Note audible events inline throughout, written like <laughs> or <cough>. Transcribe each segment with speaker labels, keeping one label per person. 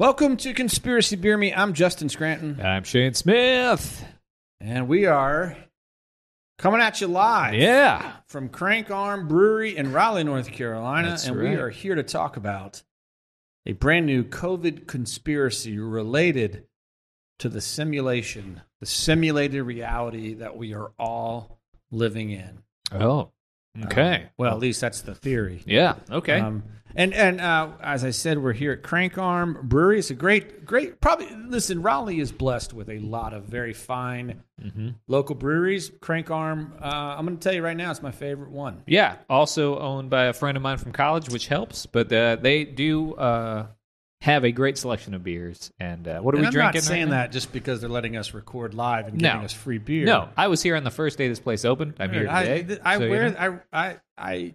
Speaker 1: Welcome to Conspiracy Beer Me. I'm Justin Scranton,
Speaker 2: I'm Shane Smith.
Speaker 1: and we are coming at you live
Speaker 2: Yeah.
Speaker 1: from Crank Arm Brewery in Raleigh, North Carolina.
Speaker 2: That's
Speaker 1: and we
Speaker 2: right.
Speaker 1: are here to talk about a brand new COVID conspiracy related to the simulation, the simulated reality that we are all living in.
Speaker 2: Oh. Okay.
Speaker 1: Um, well, at least that's the theory.
Speaker 2: yeah. Okay.
Speaker 1: Um, and and uh, as I said, we're here at Crank Arm Brewery. It's a great, great. Probably listen. Raleigh is blessed with a lot of very fine
Speaker 2: Mm-hmm.
Speaker 1: local breweries. Crank Arm. Uh, I'm going to tell you right now, it's my favorite one.
Speaker 2: yeah. Also owned by a friend of mine from college, which helps. But uh, they do uh, have a great selection of beers. And uh, what are
Speaker 1: And
Speaker 2: we
Speaker 1: I'm
Speaker 2: drinking?
Speaker 1: not saying
Speaker 2: right now?
Speaker 1: that just because they're letting us record live and
Speaker 2: No.
Speaker 1: giving us free beer.
Speaker 2: No, I was here on the first day this place opened. I'm here
Speaker 1: Dude, I,
Speaker 2: today.
Speaker 1: th- I
Speaker 2: so, you
Speaker 1: wear.
Speaker 2: know.
Speaker 1: I, I I.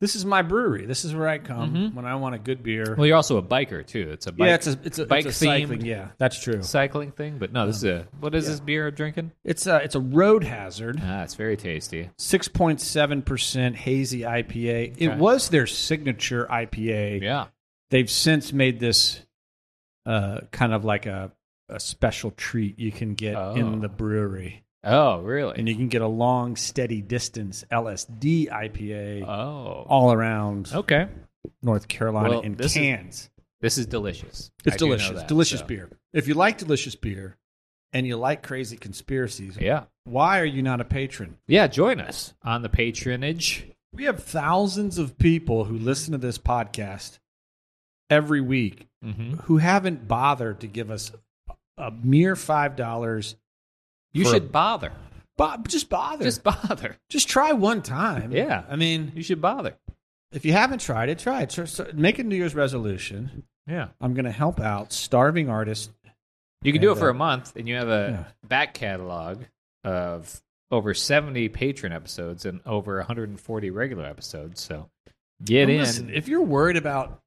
Speaker 1: This is my brewery. This is where I come when I want a good beer.
Speaker 2: Mm-hmm. Well, you're also a biker too. It's a bike,
Speaker 1: yeah, it's a it's a,
Speaker 2: bike
Speaker 1: it's a
Speaker 2: themed
Speaker 1: cycling. Yeah, that's true.
Speaker 2: cycling thing. But no, this is
Speaker 1: Oh.
Speaker 2: a what is this beer I'm drinking?
Speaker 1: It's a it's a road hazard.
Speaker 2: Ah, it's very tasty.
Speaker 1: 6.7% hazy IPA. It
Speaker 2: Okay.
Speaker 1: was their signature IPA.
Speaker 2: Yeah.
Speaker 1: They've since made this uh, kind of like a, a special treat you can get in
Speaker 2: Oh.
Speaker 1: the brewery.
Speaker 2: Oh, really?
Speaker 1: And you can get a long, steady distance LSD IPA
Speaker 2: oh.
Speaker 1: all around
Speaker 2: Okay.
Speaker 1: North Carolina
Speaker 2: Well,
Speaker 1: in
Speaker 2: this is-
Speaker 1: cans.
Speaker 2: This is delicious.
Speaker 1: it's
Speaker 2: I do know
Speaker 1: delicious.
Speaker 2: that,
Speaker 1: delicious
Speaker 2: so.
Speaker 1: beer. If you like delicious beer and you like crazy conspiracies,
Speaker 2: Yeah.
Speaker 1: why are you not a patron?
Speaker 2: Yeah, join us on the patronage.
Speaker 1: We have thousands of people who listen to this podcast every week
Speaker 2: Mm-hmm.
Speaker 1: who haven't bothered to give us a mere five dollars.
Speaker 2: You
Speaker 1: For a-
Speaker 2: should bother.
Speaker 1: Bob, just bother.
Speaker 2: Just
Speaker 1: Just,
Speaker 2: bother.
Speaker 1: try one time.
Speaker 2: Yeah.
Speaker 1: I mean,
Speaker 2: You should bother.
Speaker 1: if you haven't tried it, try it. Tr- so- Make a New Year's resolution.
Speaker 2: Yeah.
Speaker 1: I'm going to help out starving artists.
Speaker 2: You
Speaker 1: And,
Speaker 2: can do it for
Speaker 1: uh,
Speaker 2: a month, and you have a back catalog of over 70 patron episodes and over 140 regular episodes. So get
Speaker 1: And
Speaker 2: in.
Speaker 1: listen, if you're worried about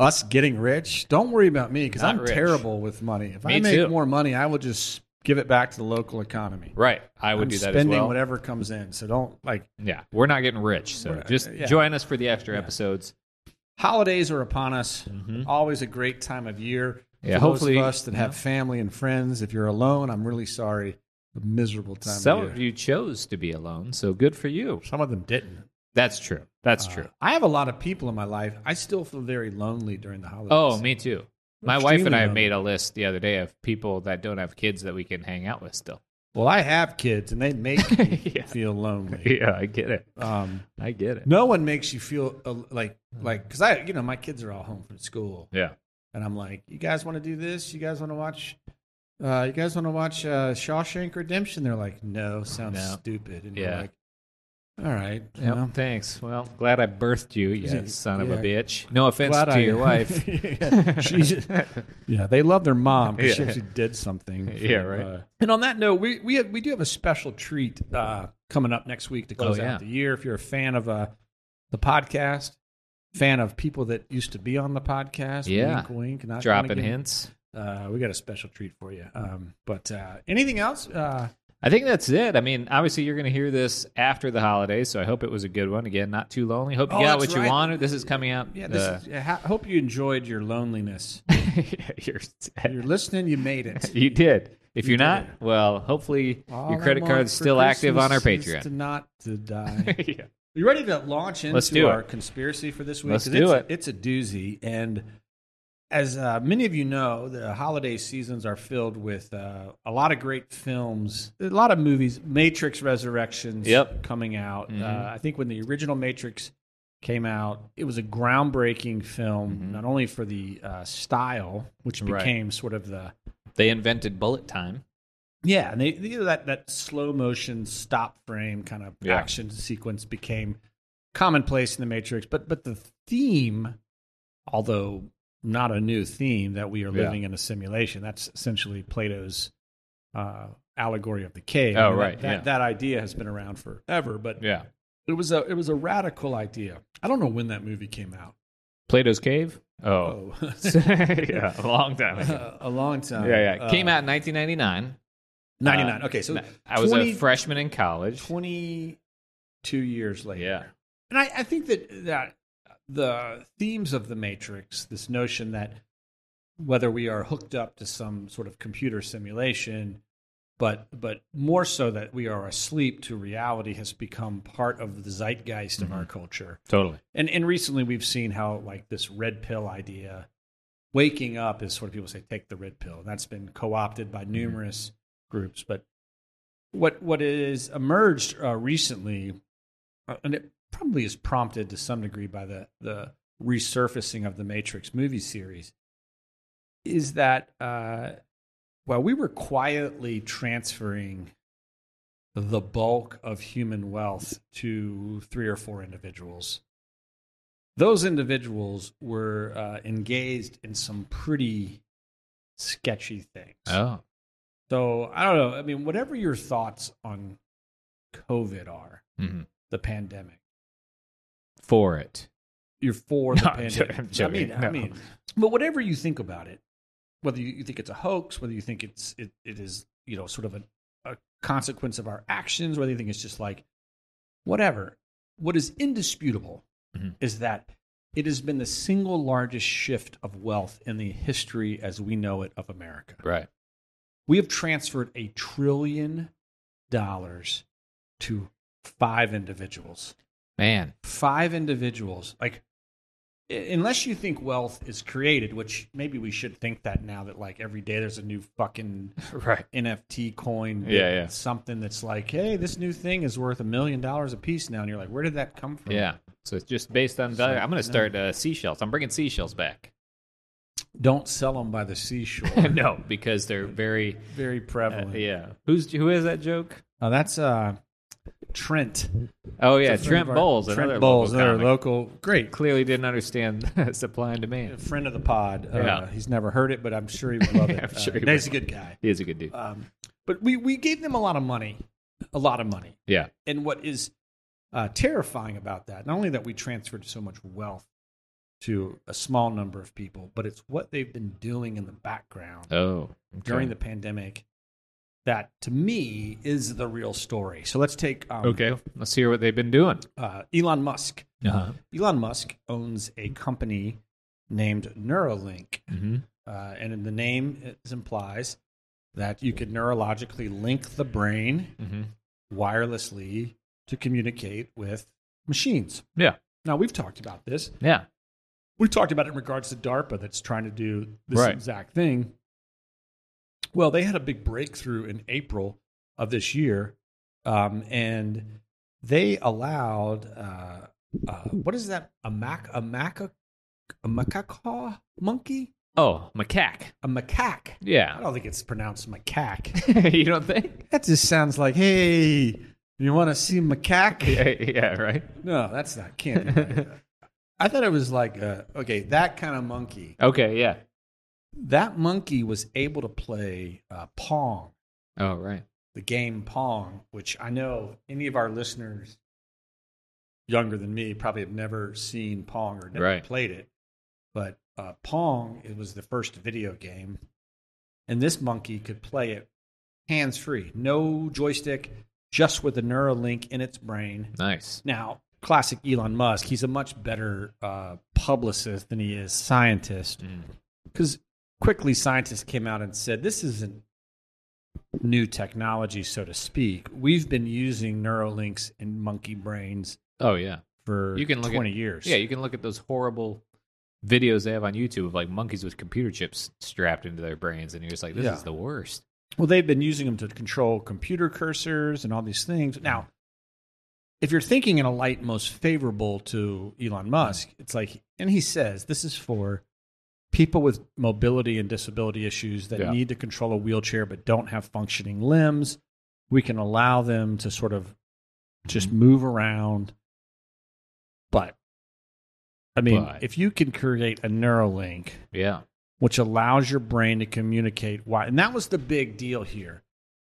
Speaker 1: us getting rich, don't worry about me because
Speaker 2: Not
Speaker 1: I'm
Speaker 2: rich.
Speaker 1: terrible with money. If I
Speaker 2: Me
Speaker 1: make
Speaker 2: too.
Speaker 1: more money, I will just give it back to the local economy.
Speaker 2: right. I would
Speaker 1: I'm
Speaker 2: do that as
Speaker 1: spending
Speaker 2: well.
Speaker 1: whatever comes in. So don't like
Speaker 2: Yeah. We're not getting rich. So
Speaker 1: We're-
Speaker 2: just
Speaker 1: yeah.
Speaker 2: join us for the extra episodes.
Speaker 1: holidays are upon us.
Speaker 2: Mhm.
Speaker 1: Always a great time of year.
Speaker 2: Yeah,
Speaker 1: For
Speaker 2: hopefully-
Speaker 1: those of us that have family and friends. If you're alone, I'm really sorry. A miserable time.
Speaker 2: Some
Speaker 1: of,
Speaker 2: of
Speaker 1: year.
Speaker 2: you chose to be alone. So good for you.
Speaker 1: Some of them didn't.
Speaker 2: That's true. That's true.
Speaker 1: I have a lot of people in my life. I still feel very lonely during the holidays.
Speaker 2: Oh, me too. My wife and
Speaker 1: Extremely
Speaker 2: I
Speaker 1: lonely.
Speaker 2: made a list the other day of people that don't have kids that we can hang out with still.
Speaker 1: Well, I have kids, and they make
Speaker 2: <laughs>
Speaker 1: me
Speaker 2: Yeah.
Speaker 1: feel lonely.
Speaker 2: <laughs> Yeah, I get it.
Speaker 1: Um,
Speaker 2: I get it.
Speaker 1: no one makes you feel uh, like like because I you know my kids are all home from school.
Speaker 2: Yeah.
Speaker 1: and I'm like, you guys want to do this? You guys want to watch? Uh, you guys want to watch uh, Shawshank Redemption? They're like, no, sounds
Speaker 2: No.
Speaker 1: stupid. And
Speaker 2: Yeah.
Speaker 1: you're like, all right, you
Speaker 2: Yep.
Speaker 1: know.
Speaker 2: Thanks. Well, glad I birthed you, you son of a
Speaker 1: Yeah.
Speaker 2: bitch. No offense
Speaker 1: Glad
Speaker 2: to
Speaker 1: I- <laughs>
Speaker 2: your wife. <laughs>
Speaker 1: yeah. She's- yeah, they love their mom because she
Speaker 2: Yeah.
Speaker 1: actually did something. for
Speaker 2: <laughs> Yeah,
Speaker 1: them,
Speaker 2: right.
Speaker 1: uh, and on that note, we we have, we do have a special treat uh, coming up next week to close
Speaker 2: Oh, yeah.
Speaker 1: out the year. If you're a fan of uh, the podcast, fan of people that used to be on the podcast,
Speaker 2: Yeah.
Speaker 1: wink, wink, not gonna
Speaker 2: Dropping
Speaker 1: give-
Speaker 2: hints.
Speaker 1: uh, we got a special treat for you. Um, but uh, anything else? Uh,
Speaker 2: I think that's it. I mean, obviously, you're going to hear this after the holidays, so I hope it was a good one. Again, not too lonely. Hope you
Speaker 1: Oh,
Speaker 2: got
Speaker 1: that's
Speaker 2: what
Speaker 1: right.
Speaker 2: you wanted. This is coming out. uh,
Speaker 1: yeah, this is, I ha- hope you enjoyed your loneliness.
Speaker 2: <laughs> is.
Speaker 1: You're listening. You made it.
Speaker 2: you did. If
Speaker 1: You
Speaker 2: you're not,
Speaker 1: did.
Speaker 2: well, hopefully
Speaker 1: All
Speaker 2: <laughs> your
Speaker 1: I
Speaker 2: credit
Speaker 1: want
Speaker 2: card's
Speaker 1: for
Speaker 2: still active on our
Speaker 1: Christmas is
Speaker 2: Patreon.
Speaker 1: To
Speaker 2: <laughs>
Speaker 1: not to die.
Speaker 2: yeah.
Speaker 1: you ready to launch into
Speaker 2: Let's do it.
Speaker 1: our conspiracy for this week?
Speaker 2: Let's
Speaker 1: 'Cause it's,
Speaker 2: do it.
Speaker 1: It's a doozy, and as uh, many of you know, the holiday seasons are filled with uh, a lot of great films, a lot of movies. Matrix Resurrections,
Speaker 2: Yep.
Speaker 1: coming out.
Speaker 2: Mhm.
Speaker 1: Uh, I think when the original Matrix came out, it was a groundbreaking film, not only for the uh, style, which
Speaker 2: Mm-hmm. Right.
Speaker 1: became sort of the
Speaker 2: They invented bullet time.
Speaker 1: yeah, and they, you know, that that slow motion stop frame kind of
Speaker 2: Yeah.
Speaker 1: action sequence became commonplace in the Matrix. But but the theme although not a new theme that we are
Speaker 2: Yeah.
Speaker 1: living in a simulation. That's essentially Plato's uh, allegory of the cave.
Speaker 2: Oh,
Speaker 1: that-
Speaker 2: right,
Speaker 1: That,
Speaker 2: yeah.
Speaker 1: that idea has been around forever, but
Speaker 2: Yeah.
Speaker 1: it was a it was a radical idea. I don't know when that movie came out.
Speaker 2: Plato's Cave? Oh.
Speaker 1: Oh.
Speaker 2: <laughs> yeah, a long time ago.
Speaker 1: <laughs> a long time.
Speaker 2: Yeah, yeah. Came
Speaker 1: Uh,
Speaker 2: out in 1999.
Speaker 1: 99.
Speaker 2: Uh,
Speaker 1: okay, so
Speaker 2: I was
Speaker 1: 20
Speaker 2: a freshman in college.
Speaker 1: 22 years later.
Speaker 2: Yeah.
Speaker 1: And I, I think that, that the themes of The Matrix, this notion that whether we are hooked up to some sort of computer simulation, but, but more so that we are asleep to reality has become part of the zeitgeist of our culture.
Speaker 2: Totally.
Speaker 1: And, and recently we've seen how, like, this red pill idea, waking up is sort of people say, take the red pill. That's been co opted by numerous groups. But what what is emerged uh, recently, uh, and it probably is prompted to some degree by the the resurfacing of the Matrix movie series, is that uh, while we were quietly transferring the bulk of human wealth to three or four individuals. Those individuals were uh, engaged in some pretty sketchy things.
Speaker 2: Oh.
Speaker 1: So I don't know. I mean, whatever your thoughts on COVID are,
Speaker 2: Mhm.
Speaker 1: the pandemic,
Speaker 2: For it.
Speaker 1: you're for the
Speaker 2: No, I'm
Speaker 1: pandemic.
Speaker 2: jo- I'm
Speaker 1: I mean,
Speaker 2: joking.
Speaker 1: I
Speaker 2: No.
Speaker 1: mean, but whatever you think about it, whether you, you think it's a hoax, whether you think it's it, it is you know sort of a, a consequence of our actions, whether you think it's just like whatever. What is indisputable
Speaker 2: Mhm.
Speaker 1: is that it has been the single largest shift of wealth in the history as we know it of America.
Speaker 2: Right.
Speaker 1: We have transferred a trillion dollars to five individuals.
Speaker 2: Man.
Speaker 1: Five individuals. Like, i- unless you think wealth is created, which maybe we should think that now that like every day there's a new fucking
Speaker 2: <laughs> Right.
Speaker 1: NFT coin,
Speaker 2: Yeah, yeah.
Speaker 1: something that's like, hey, this new thing is worth a million dollars a piece now, and you're like, where did that come from?
Speaker 2: Yeah. So it's just based on value. I'm going to start uh, seashells. I'm bringing seashells back.
Speaker 1: Don't sell them by the seashore.
Speaker 2: <laughs> no, <laughs> because they're very. uh,
Speaker 1: Very prevalent.
Speaker 2: Yeah. Who's who has that joke?
Speaker 1: Oh, that's uh, Trent.
Speaker 2: Oh yeah,
Speaker 1: Friend of
Speaker 2: Trent
Speaker 1: our-
Speaker 2: Bowles,
Speaker 1: Trent
Speaker 2: another
Speaker 1: Bowles,
Speaker 2: local
Speaker 1: another
Speaker 2: comic.
Speaker 1: local. Great,
Speaker 2: Clearly didn't understand <laughs> supply and
Speaker 1: a
Speaker 2: demand.
Speaker 1: friend of the pod. Uh,
Speaker 2: Yeah.
Speaker 1: He's never heard it, but I'm sure he
Speaker 2: <laughs>
Speaker 1: would love it.
Speaker 2: I'm
Speaker 1: Uh,
Speaker 2: sure he
Speaker 1: he's a good guy.
Speaker 2: He is a good dude.
Speaker 1: Um, but we, we gave them a lot of money, a lot of money.
Speaker 2: Yeah.
Speaker 1: And what is uh, terrifying about that, not only that we transferred so much wealth to a small number of people, but it's what they've been doing in the background
Speaker 2: Oh. okay.
Speaker 1: during the pandemic that to me is the real story. So let's take um,
Speaker 2: Okay, let's hear what they've been doing.
Speaker 1: uh, Elon Musk.
Speaker 2: Uh-huh.
Speaker 1: Elon Musk owns a company named Neuralink.
Speaker 2: Mm-hmm.
Speaker 1: Uh, and in the name it implies that you could neurologically link the brain
Speaker 2: Mm-hmm.
Speaker 1: wirelessly to communicate with machines.
Speaker 2: Yeah.
Speaker 1: Now, we've talked about this.
Speaker 2: Yeah.
Speaker 1: We've talked about it in regards to DARPA that's trying to do this
Speaker 2: Right.
Speaker 1: exact thing. Well, they had a big breakthrough in April of this year, um, and they allowed uh, uh, what is that? A mac, a macaque, a macaque monkey,
Speaker 2: Oh, macaque.
Speaker 1: a macaque. I
Speaker 2: Yeah. <laughs>
Speaker 1: don't think it's pronounced macaque.
Speaker 2: you don't think?
Speaker 1: <laughs> that just sounds like, hey, you want to see macaque?
Speaker 2: Yeah, yeah, right.
Speaker 1: <laughs> No, that's not can't. be right. I thought it was like, uh, okay, that kind of monkey.
Speaker 2: Okay, yeah.
Speaker 1: That monkey was able to play uh, Pong,
Speaker 2: Oh, right.
Speaker 1: the game Pong, which I know any of our listeners younger than me probably have never seen Pong or never
Speaker 2: Right.
Speaker 1: played it. But uh, Pong, it was the first video game, and this monkey could play it hands free, no joystick, just with a Neuralink in its brain.
Speaker 2: Nice.
Speaker 1: Now, classic Elon Musk, he's a much better uh, publicist than he is scientist
Speaker 2: Mm.
Speaker 1: because quickly scientists came out and said this isn't new technology, so to speak. We've been using Neuralinks in monkey brains
Speaker 2: Oh, yeah.
Speaker 1: for
Speaker 2: You can look at-
Speaker 1: 20 years.
Speaker 2: Yeah, you can look at those horrible videos they have on YouTube of like monkeys with computer chips strapped into their brains, and you're just like, this
Speaker 1: Yeah.
Speaker 2: is the worst.
Speaker 1: Well, they've been using them to control computer cursors and all these things. Now, if you're thinking in a light most favorable to Elon Musk, it's like, and he says this is for people with mobility and disability issues that
Speaker 2: Yeah.
Speaker 1: need to control a wheelchair but don't have functioning limbs. We can allow them to
Speaker 2: Mm-hmm.
Speaker 1: sort of just move around. But I mean,
Speaker 2: But-
Speaker 1: if you can create a Neuralink,
Speaker 2: Yeah.
Speaker 1: which allows your brain to communicate why, and that was the big deal here.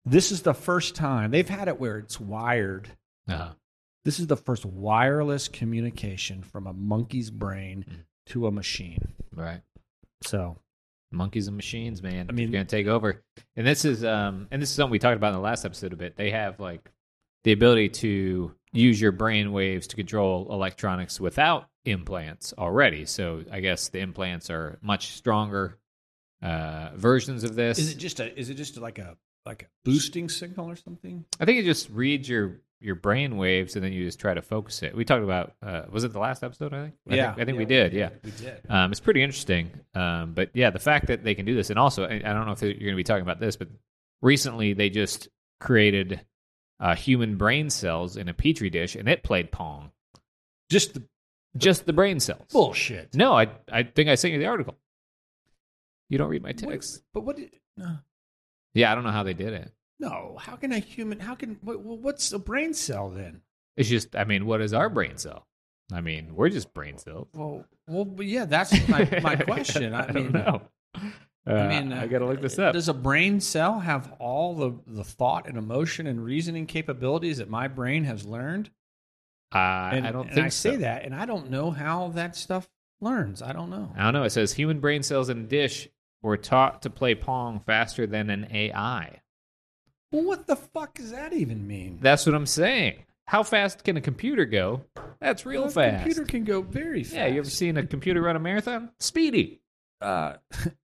Speaker 1: This is the first time they've had it where it's wired.
Speaker 2: Uh-huh.
Speaker 1: This is the first wireless communication from a monkey's brain
Speaker 2: Mm.
Speaker 1: to a machine.
Speaker 2: Right.
Speaker 1: So
Speaker 2: monkeys and machines man
Speaker 1: I mean-
Speaker 2: are gonna take over and this is um and this is something we talked about in the last episode a bit they have like the ability to use your brain waves to control electronics without implants already so i guess the implants are much stronger uh versions of this
Speaker 1: is it just a is it just like a like a boosting signal or something?
Speaker 2: i think it just reads your your brain waves and then you just try to focus it we talked about uh was it the last episode i think I
Speaker 1: Yeah.
Speaker 2: think, I think we did yeah
Speaker 1: We did.
Speaker 2: Um, it's pretty interesting. Um, but yeah, the fact that they can do this, and also, I I don't know if you're going to be talking about this, but recently they just created uh, human brain cells in a petri dish, and it played Pong.
Speaker 1: Just the
Speaker 2: Just the brain cells.
Speaker 1: bullshit.
Speaker 2: No, I I think I sent you the article. You don't read my text.
Speaker 1: But what? Did, no.
Speaker 2: Yeah, I don't know how they did it.
Speaker 1: No, how can a human? How can what, what's a brain cell then?
Speaker 2: It's just, I mean, what is our brain cell? I mean, we're just brain cells.
Speaker 1: Well, well, but yeah, that's my,
Speaker 2: <laughs>
Speaker 1: my question. I,
Speaker 2: I
Speaker 1: mean,
Speaker 2: don't know.
Speaker 1: I mean,
Speaker 2: I
Speaker 1: uh,
Speaker 2: got to look this up.
Speaker 1: Does a brain cell have all the the thought and emotion and reasoning capabilities that my brain has learned?
Speaker 2: Uh,
Speaker 1: And,
Speaker 2: I don't
Speaker 1: and
Speaker 2: think
Speaker 1: I say
Speaker 2: so.
Speaker 1: that, and I don't know how that stuff learns. I don't know.
Speaker 2: I don't know. It says human brain cells in a dish were taught to play Pong faster than an AI.
Speaker 1: Well, what the fuck does that even mean?
Speaker 2: That's what I'm saying. How fast can a computer go? That's real
Speaker 1: Well, a
Speaker 2: fast.
Speaker 1: computer can go very fast.
Speaker 2: yeah, you ever seen a computer run a marathon? Speedy.
Speaker 1: uh, <laughs>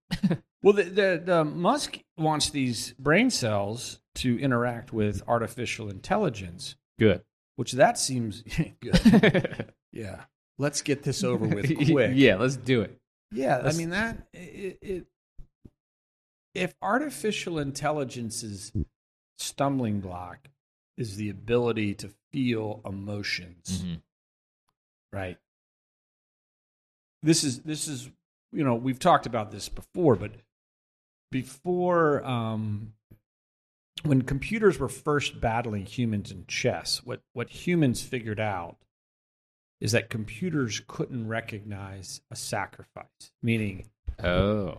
Speaker 1: well, the, the, the Musk wants these brain cells to interact with artificial intelligence, <laughs>
Speaker 2: Good.
Speaker 1: which that seems <laughs> good.
Speaker 2: <laughs>
Speaker 1: Yeah, let's get this over <laughs> with quick.
Speaker 2: yeah, let's do it.
Speaker 1: yeah. I
Speaker 2: let's-
Speaker 1: mean that it, it. If artificial intelligence's stumbling block is the ability to feel emotions,
Speaker 2: Mhm.
Speaker 1: right this is this is you know we've talked about this before but before um when computers were first battling humans in chess what what humans figured out is that computers couldn't recognize a sacrifice meaning
Speaker 2: Oh,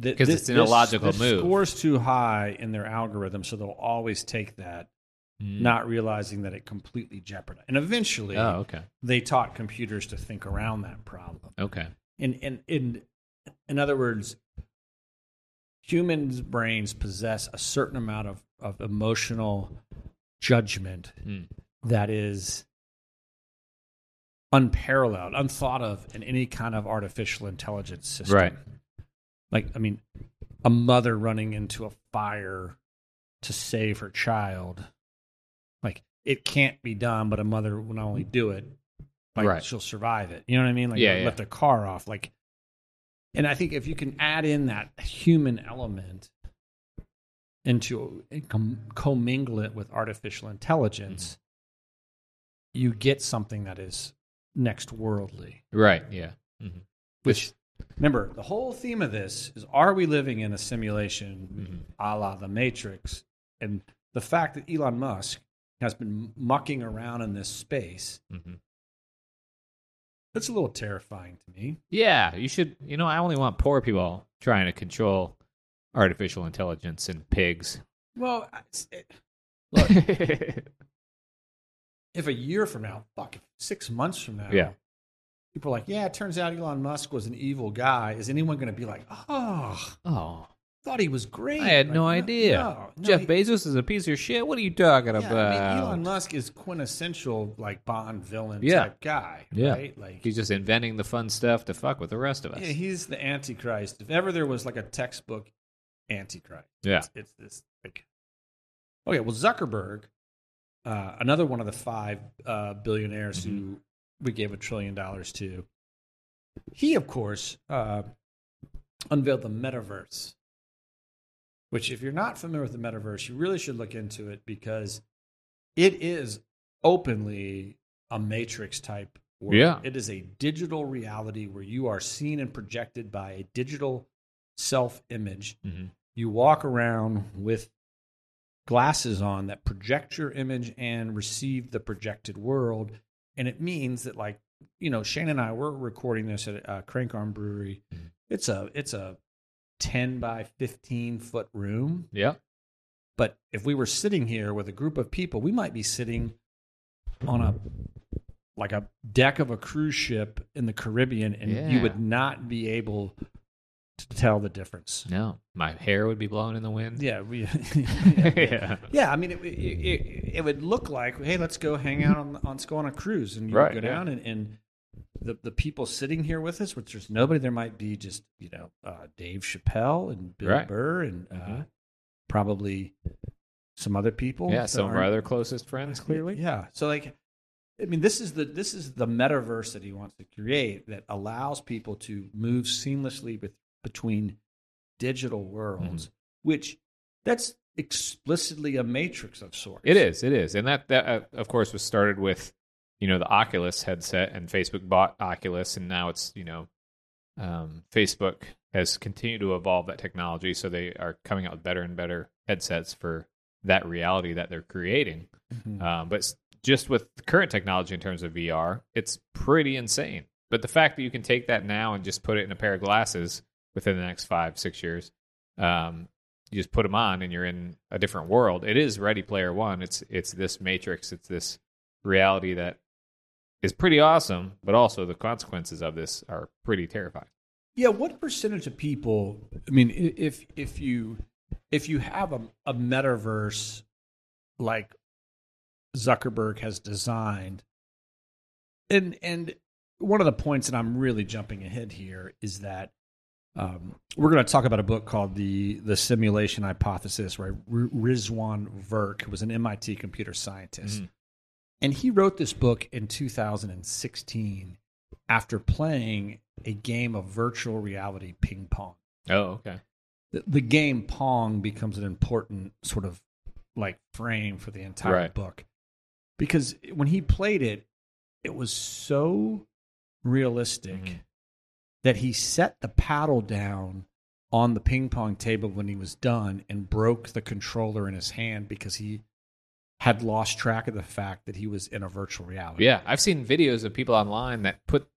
Speaker 1: that
Speaker 2: 'Cause
Speaker 1: thi-
Speaker 2: it's an illogical
Speaker 1: this
Speaker 2: move.
Speaker 1: scores too high in their algorithm so they'll always take that
Speaker 2: Mm.
Speaker 1: not realizing that it completely jeopardized and eventually
Speaker 2: Oh, okay.
Speaker 1: they taught computers to think around that problem.
Speaker 2: Okay.
Speaker 1: And and in in other words, humans' brains possess a certain amount of, of emotional judgment
Speaker 2: Mm.
Speaker 1: that is unparalleled, unthought of in any kind of artificial intelligence system.
Speaker 2: Right.
Speaker 1: Like I mean, a mother running into a fire to save her child. Like it can't be done, but a mother will not only do it, like
Speaker 2: Right.
Speaker 1: she'll survive it. You know what I mean? Like
Speaker 2: Yeah,
Speaker 1: or
Speaker 2: yeah.
Speaker 1: let the car off. Like and I think if you can add in that human element into and com- commingle it with artificial intelligence, you get something that is next worldly.
Speaker 2: Right. Yeah. Mhm.
Speaker 1: Which remember, the whole theme of this is are we living in a simulation
Speaker 2: Mm-hmm.
Speaker 1: a la the Matrix? And the fact that Elon Musk has been mucking around in this space,
Speaker 2: Mhm.
Speaker 1: that's a little terrifying to me.
Speaker 2: Yeah, you should. You know, I only want poor people trying to control artificial intelligence and pigs.
Speaker 1: Well, I- it's- it- <laughs> if a year from now, fuck, if six months from now,
Speaker 2: Yeah.
Speaker 1: people are like, yeah, it turns out Elon Musk was an evil guy. Is anyone going to be like, oh,
Speaker 2: oh,
Speaker 1: thought he was great?
Speaker 2: I had
Speaker 1: Like,
Speaker 2: no idea.
Speaker 1: no, no,
Speaker 2: Jeff
Speaker 1: he-
Speaker 2: Bezos is a piece of shit. What are you talking
Speaker 1: Yeah,
Speaker 2: about?
Speaker 1: I mean, Elon Musk is quintessential like Bond villain
Speaker 2: Yeah.
Speaker 1: type guy,
Speaker 2: Yeah.
Speaker 1: right? Like
Speaker 2: He's just inventing the fun stuff to fuck with the rest of us.
Speaker 1: yeah, he's the Antichrist. If ever there was like a textbook Antichrist,
Speaker 2: Yeah.
Speaker 1: it's, it's this. Like, okay, well Zuckerberg, uh, another one of the five uh, billionaires
Speaker 2: Mm-hmm.
Speaker 1: who we gave a trillion dollars to, he of course uh, unveiled the metaverse. Which, if you're not familiar with the metaverse, you really should look into it because it is openly a matrix type world.
Speaker 2: Yeah.
Speaker 1: It is a digital reality where you are seen and projected by a digital self image.
Speaker 2: Mhm.
Speaker 1: You walk around with glasses on that project your image and receive the projected world. And it means that, like, you know, Shane and I we're recording this at uh, Crank Arm Brewery. It's a it's a ten by fifteen foot room,
Speaker 2: Yeah.
Speaker 1: but if we were sitting here with a group of people, we might be sitting on a like a deck of a cruise ship in the Caribbean, and you
Speaker 2: Yeah.
Speaker 1: would not be able to tell the difference.
Speaker 2: No, my hair would be blowing in the wind.
Speaker 1: Yeah, we, <laughs>
Speaker 2: <laughs> yeah.
Speaker 1: Yeah, I mean, it, it, it, it would look like, hey, let's go hang out on, on let's go on a cruise, and you
Speaker 2: Right,
Speaker 1: would go
Speaker 2: yeah.
Speaker 1: down, and, and the the people sitting here with us, which there's nobody, there might be just you know uh, Dave Chappelle and Bill
Speaker 2: Right.
Speaker 1: Burr, and uh,
Speaker 2: Mhm.
Speaker 1: probably some other people.
Speaker 2: Yeah,
Speaker 1: that
Speaker 2: some of our
Speaker 1: aren't-
Speaker 2: other closest friends, clearly.
Speaker 1: Yeah, so like, I mean, this is the this is the metaverse that he wants to create that allows people to move seamlessly bet- between digital worlds,
Speaker 2: Mm-hmm.
Speaker 1: which that's explicitly a matrix of sorts.
Speaker 2: It is, it is, and that that uh, of course was started with, you know, the Oculus headset, and Facebook bought Oculus, and now it's you know, um, Facebook has continued to evolve that technology, so they are coming out with better and better headsets for that reality that they're creating.
Speaker 1: Mhm.
Speaker 2: Um, but s- just with the current technology in terms of VR, it's pretty insane. But the fact that you can take that now and just put it in a pair of glasses within the next five, six years, um, you just put them on and you're in a different world. It is Ready Player One. It's it's this matrix. It's this reality that is pretty awesome, but also the consequences of this are pretty terrifying.
Speaker 1: Yeah, what percentage of people? I mean, i- if if you if you have a, a metaverse like Zuckerberg has designed, and and one of the points that I'm really jumping ahead here is that um, we're going to talk about a book called the the Simulation Hypothesis, right? R- Rizwan Virk who was an MIT computer scientist,
Speaker 2: Mhm.
Speaker 1: and he wrote this book in 2016 after playing a game of virtual reality ping pong.
Speaker 2: Oh, okay.
Speaker 1: The, the game pong becomes an important sort of like frame for the entire
Speaker 2: Right.
Speaker 1: book because when he played it, it was so realistic
Speaker 2: Mhm.
Speaker 1: that he set the paddle down on the ping pong table when he was done and broke the controller in his hand because he had lost track of the fact that he was in a virtual reality.
Speaker 2: Yeah, I've seen videos of people online that put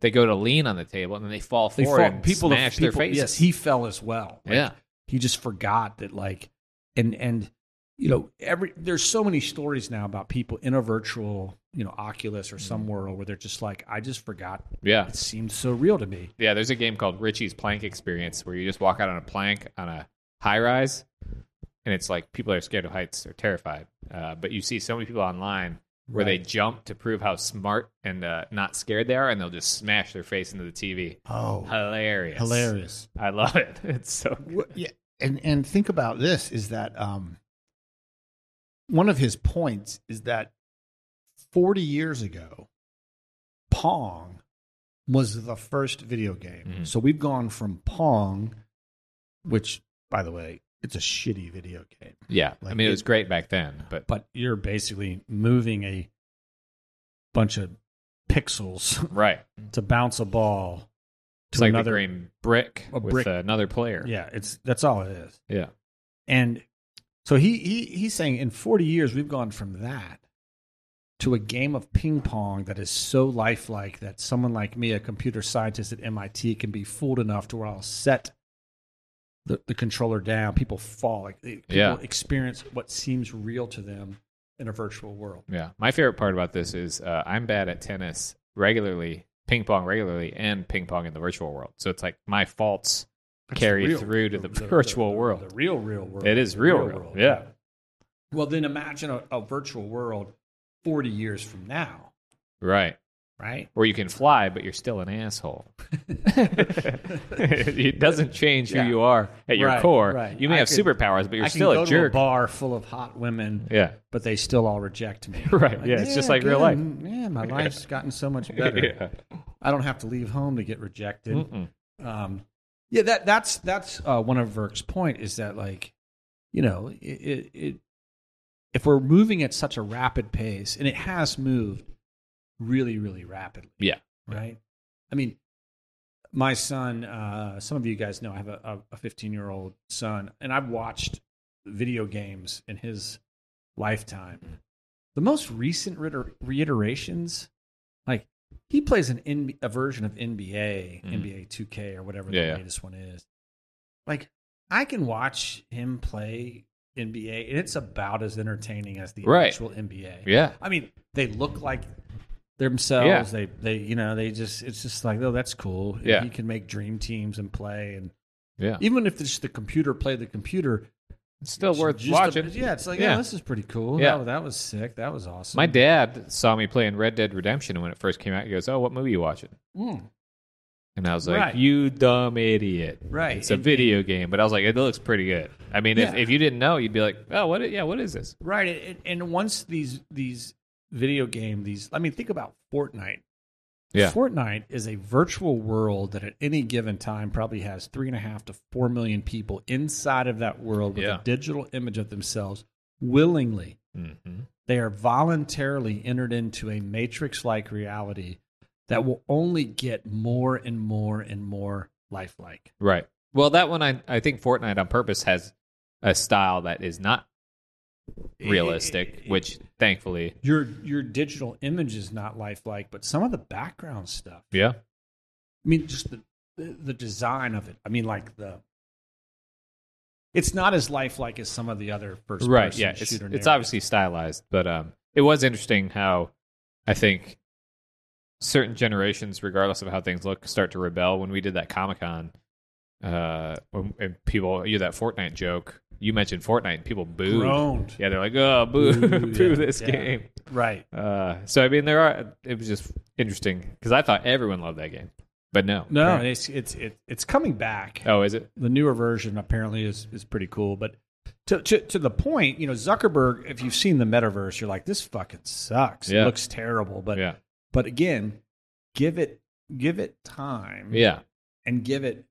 Speaker 2: they go to lean on the table and then they fall
Speaker 1: They
Speaker 2: forward
Speaker 1: fall-
Speaker 2: and smash their
Speaker 1: people-
Speaker 2: faces.
Speaker 1: Yes, he fell as well. Like,
Speaker 2: yeah.
Speaker 1: he just forgot that like and and you know every there's so many stories now about people in a virtual you know oculus or
Speaker 3: Mm-hmm.
Speaker 1: some world where they're just like i just forgot
Speaker 2: Yeah.
Speaker 1: it seemed so real to me
Speaker 2: Yeah, there's a game called Richie's Plank Experience where you just walk out on a plank on a high rise, and it's like people are scared of heights, they're terrified. Uh, but you see so many people online where they jump to prove how smart and uh, not scared they are, and they'll just smash their face into the TV.
Speaker 3: Oh,
Speaker 2: Hilarious!
Speaker 3: hilarious.
Speaker 2: I love it. <laughs> It's so good.
Speaker 3: Wha- yeah, and and think about this: is that um, one of his points is that forty years ago, Pong was the first video game.
Speaker 2: Mhm.
Speaker 3: So we've gone from Pong, which, by the way, it's a shitty video game.
Speaker 2: yeah. I
Speaker 3: Like
Speaker 2: mean, it,
Speaker 3: it-
Speaker 2: was great back then, but
Speaker 1: but you're basically moving a bunch of pixels
Speaker 2: right,
Speaker 1: to bounce a ball
Speaker 2: it's
Speaker 1: to
Speaker 2: like
Speaker 1: another
Speaker 2: the green brick
Speaker 1: a
Speaker 2: with
Speaker 1: brick.
Speaker 2: another player.
Speaker 1: yeah it's that's all it is
Speaker 2: yeah,
Speaker 1: And so he, he he's saying in 40 years we've gone from that to a game of ping pong that is so lifelike that someone like me, a computer scientist at MIT, can be fooled enough to where I'll set the, the controller down. People fall. Like they- people
Speaker 2: Yeah.
Speaker 1: experience what seems real to them in a virtual world.
Speaker 2: Yeah. My favorite part about this is uh, I'm bad at tennis regularly, ping pong regularly, and ping pong in the virtual world. So it's like my faults carry
Speaker 1: real.
Speaker 2: through to the, virtual world.
Speaker 1: The real, real world.
Speaker 2: It is
Speaker 1: The
Speaker 2: real, real. Yeah.
Speaker 1: Well, then imagine a, a virtual world 40 years from now,
Speaker 2: Right.
Speaker 1: right?
Speaker 2: Or you can fly, but you're still
Speaker 1: <laughs>
Speaker 2: an asshole. it doesn't change who
Speaker 1: Yeah.
Speaker 2: you are at your
Speaker 1: Right,
Speaker 2: core.
Speaker 1: right.
Speaker 2: You may
Speaker 1: I
Speaker 2: have
Speaker 1: could-
Speaker 2: superpowers, but you're
Speaker 1: I can
Speaker 2: still
Speaker 1: go
Speaker 2: a
Speaker 1: to a
Speaker 2: jerk.
Speaker 1: bar full of hot women,
Speaker 2: yeah.
Speaker 1: but they still all reject me.
Speaker 2: <laughs> Right. Yeah. It's just like real life.
Speaker 1: again, Yeah,
Speaker 2: <laughs>
Speaker 1: my life's gotten so much better. I don't have to leave home to get rejected.
Speaker 2: Mm-mm.
Speaker 1: Um, yeah, that that's that's uh, one of Verk's point is that like, you know, it, it, it if we're moving at such a rapid pace, and it has moved really, really rapidly.
Speaker 2: Yeah.
Speaker 1: Right. I mean, my son. Uh, some of you guys know I have a a 15 year old son, and I've watched video games in his lifetime. The most recent reiter- reiterations, like he plays an N- a version of NBA,
Speaker 2: Mhm.
Speaker 1: NBA 2K or whatever
Speaker 2: Yeah, yeah.
Speaker 1: the latest one is. Like I can watch him play NBA and it's about as entertaining as the
Speaker 2: Right.
Speaker 1: actual NBA.
Speaker 2: Yeah.
Speaker 1: I mean, they look like themselves.
Speaker 2: Yeah.
Speaker 1: They they you know, they just it's just like, oh, that's cool. And
Speaker 2: Yeah.
Speaker 1: He can make dream teams and play and
Speaker 2: Yeah.
Speaker 1: even if it's just the computer play the computer,
Speaker 2: It's still worth
Speaker 1: just the-
Speaker 2: watching.
Speaker 1: yeah, it's like,
Speaker 2: Yeah.
Speaker 1: oh, this is pretty cool. Oh,
Speaker 2: Yeah.
Speaker 1: That, that was sick. That was awesome.
Speaker 2: My dad saw me playing Red Dead Redemption when it first came out. He goes, "Oh, what movie you watching?"
Speaker 1: Mm.
Speaker 2: And I was like,
Speaker 1: Right.
Speaker 2: "You dumb idiot!
Speaker 1: Right.
Speaker 2: It's a video game." But I was like, "It looks pretty good." I mean, if,
Speaker 1: Yeah.
Speaker 2: if you didn't know, you'd be like, "Oh, what? i- Yeah, what is this?"
Speaker 1: Right, and, and once these these video game these I mean think about Fortnite.
Speaker 2: Yeah.
Speaker 1: Fortnite is a virtual world that at any given time probably has three and a half to four million people inside of that world with
Speaker 2: Yeah.
Speaker 1: a digital image of themselves willingly.
Speaker 2: Mm-hmm.
Speaker 1: They are voluntarily entered into a matrix like reality that will only get more and more and more lifelike.
Speaker 2: Right. Well, that one, I I think Fortnite on purpose has a style that is not realistic,
Speaker 1: Eh,
Speaker 2: which thankfully,
Speaker 1: your your digital image is not lifelike, but some of the background stuff
Speaker 2: yeah,
Speaker 1: I mean, just the the the design of it. I mean, like the. It's not as lifelike as some of the other first
Speaker 2: right,
Speaker 1: person
Speaker 2: yeah, it's,
Speaker 1: shooter.
Speaker 2: it's
Speaker 1: narratives.
Speaker 2: obviously stylized, but um, it was interesting how I think certain generations, regardless of how things look, start to rebel. When we did that Comic Con, uh, when- and people, you that Fortnite joke, you mentioned Fortnite, and people booed.
Speaker 1: groaned.
Speaker 2: Yeah, they're like, oh, boo,
Speaker 1: Boo,
Speaker 2: <laughs> boo
Speaker 1: yeah,
Speaker 2: this
Speaker 1: yeah.
Speaker 2: game.
Speaker 1: Right.
Speaker 2: Uh, so I mean, there are. It was just interesting because I thought everyone loved that game, but no,
Speaker 1: No,
Speaker 2: apparently-
Speaker 1: it's it's it, it's coming back.
Speaker 2: Oh, is it?
Speaker 1: The newer version apparently is is pretty cool, but. To, to, to the point, you know, Zuckerberg, if you've seen the metaverse, you're like, this fucking sucks.
Speaker 2: Yeah.
Speaker 1: It looks terrible. But
Speaker 2: yeah,
Speaker 1: but again, give it give it time.
Speaker 2: yeah,
Speaker 1: and give it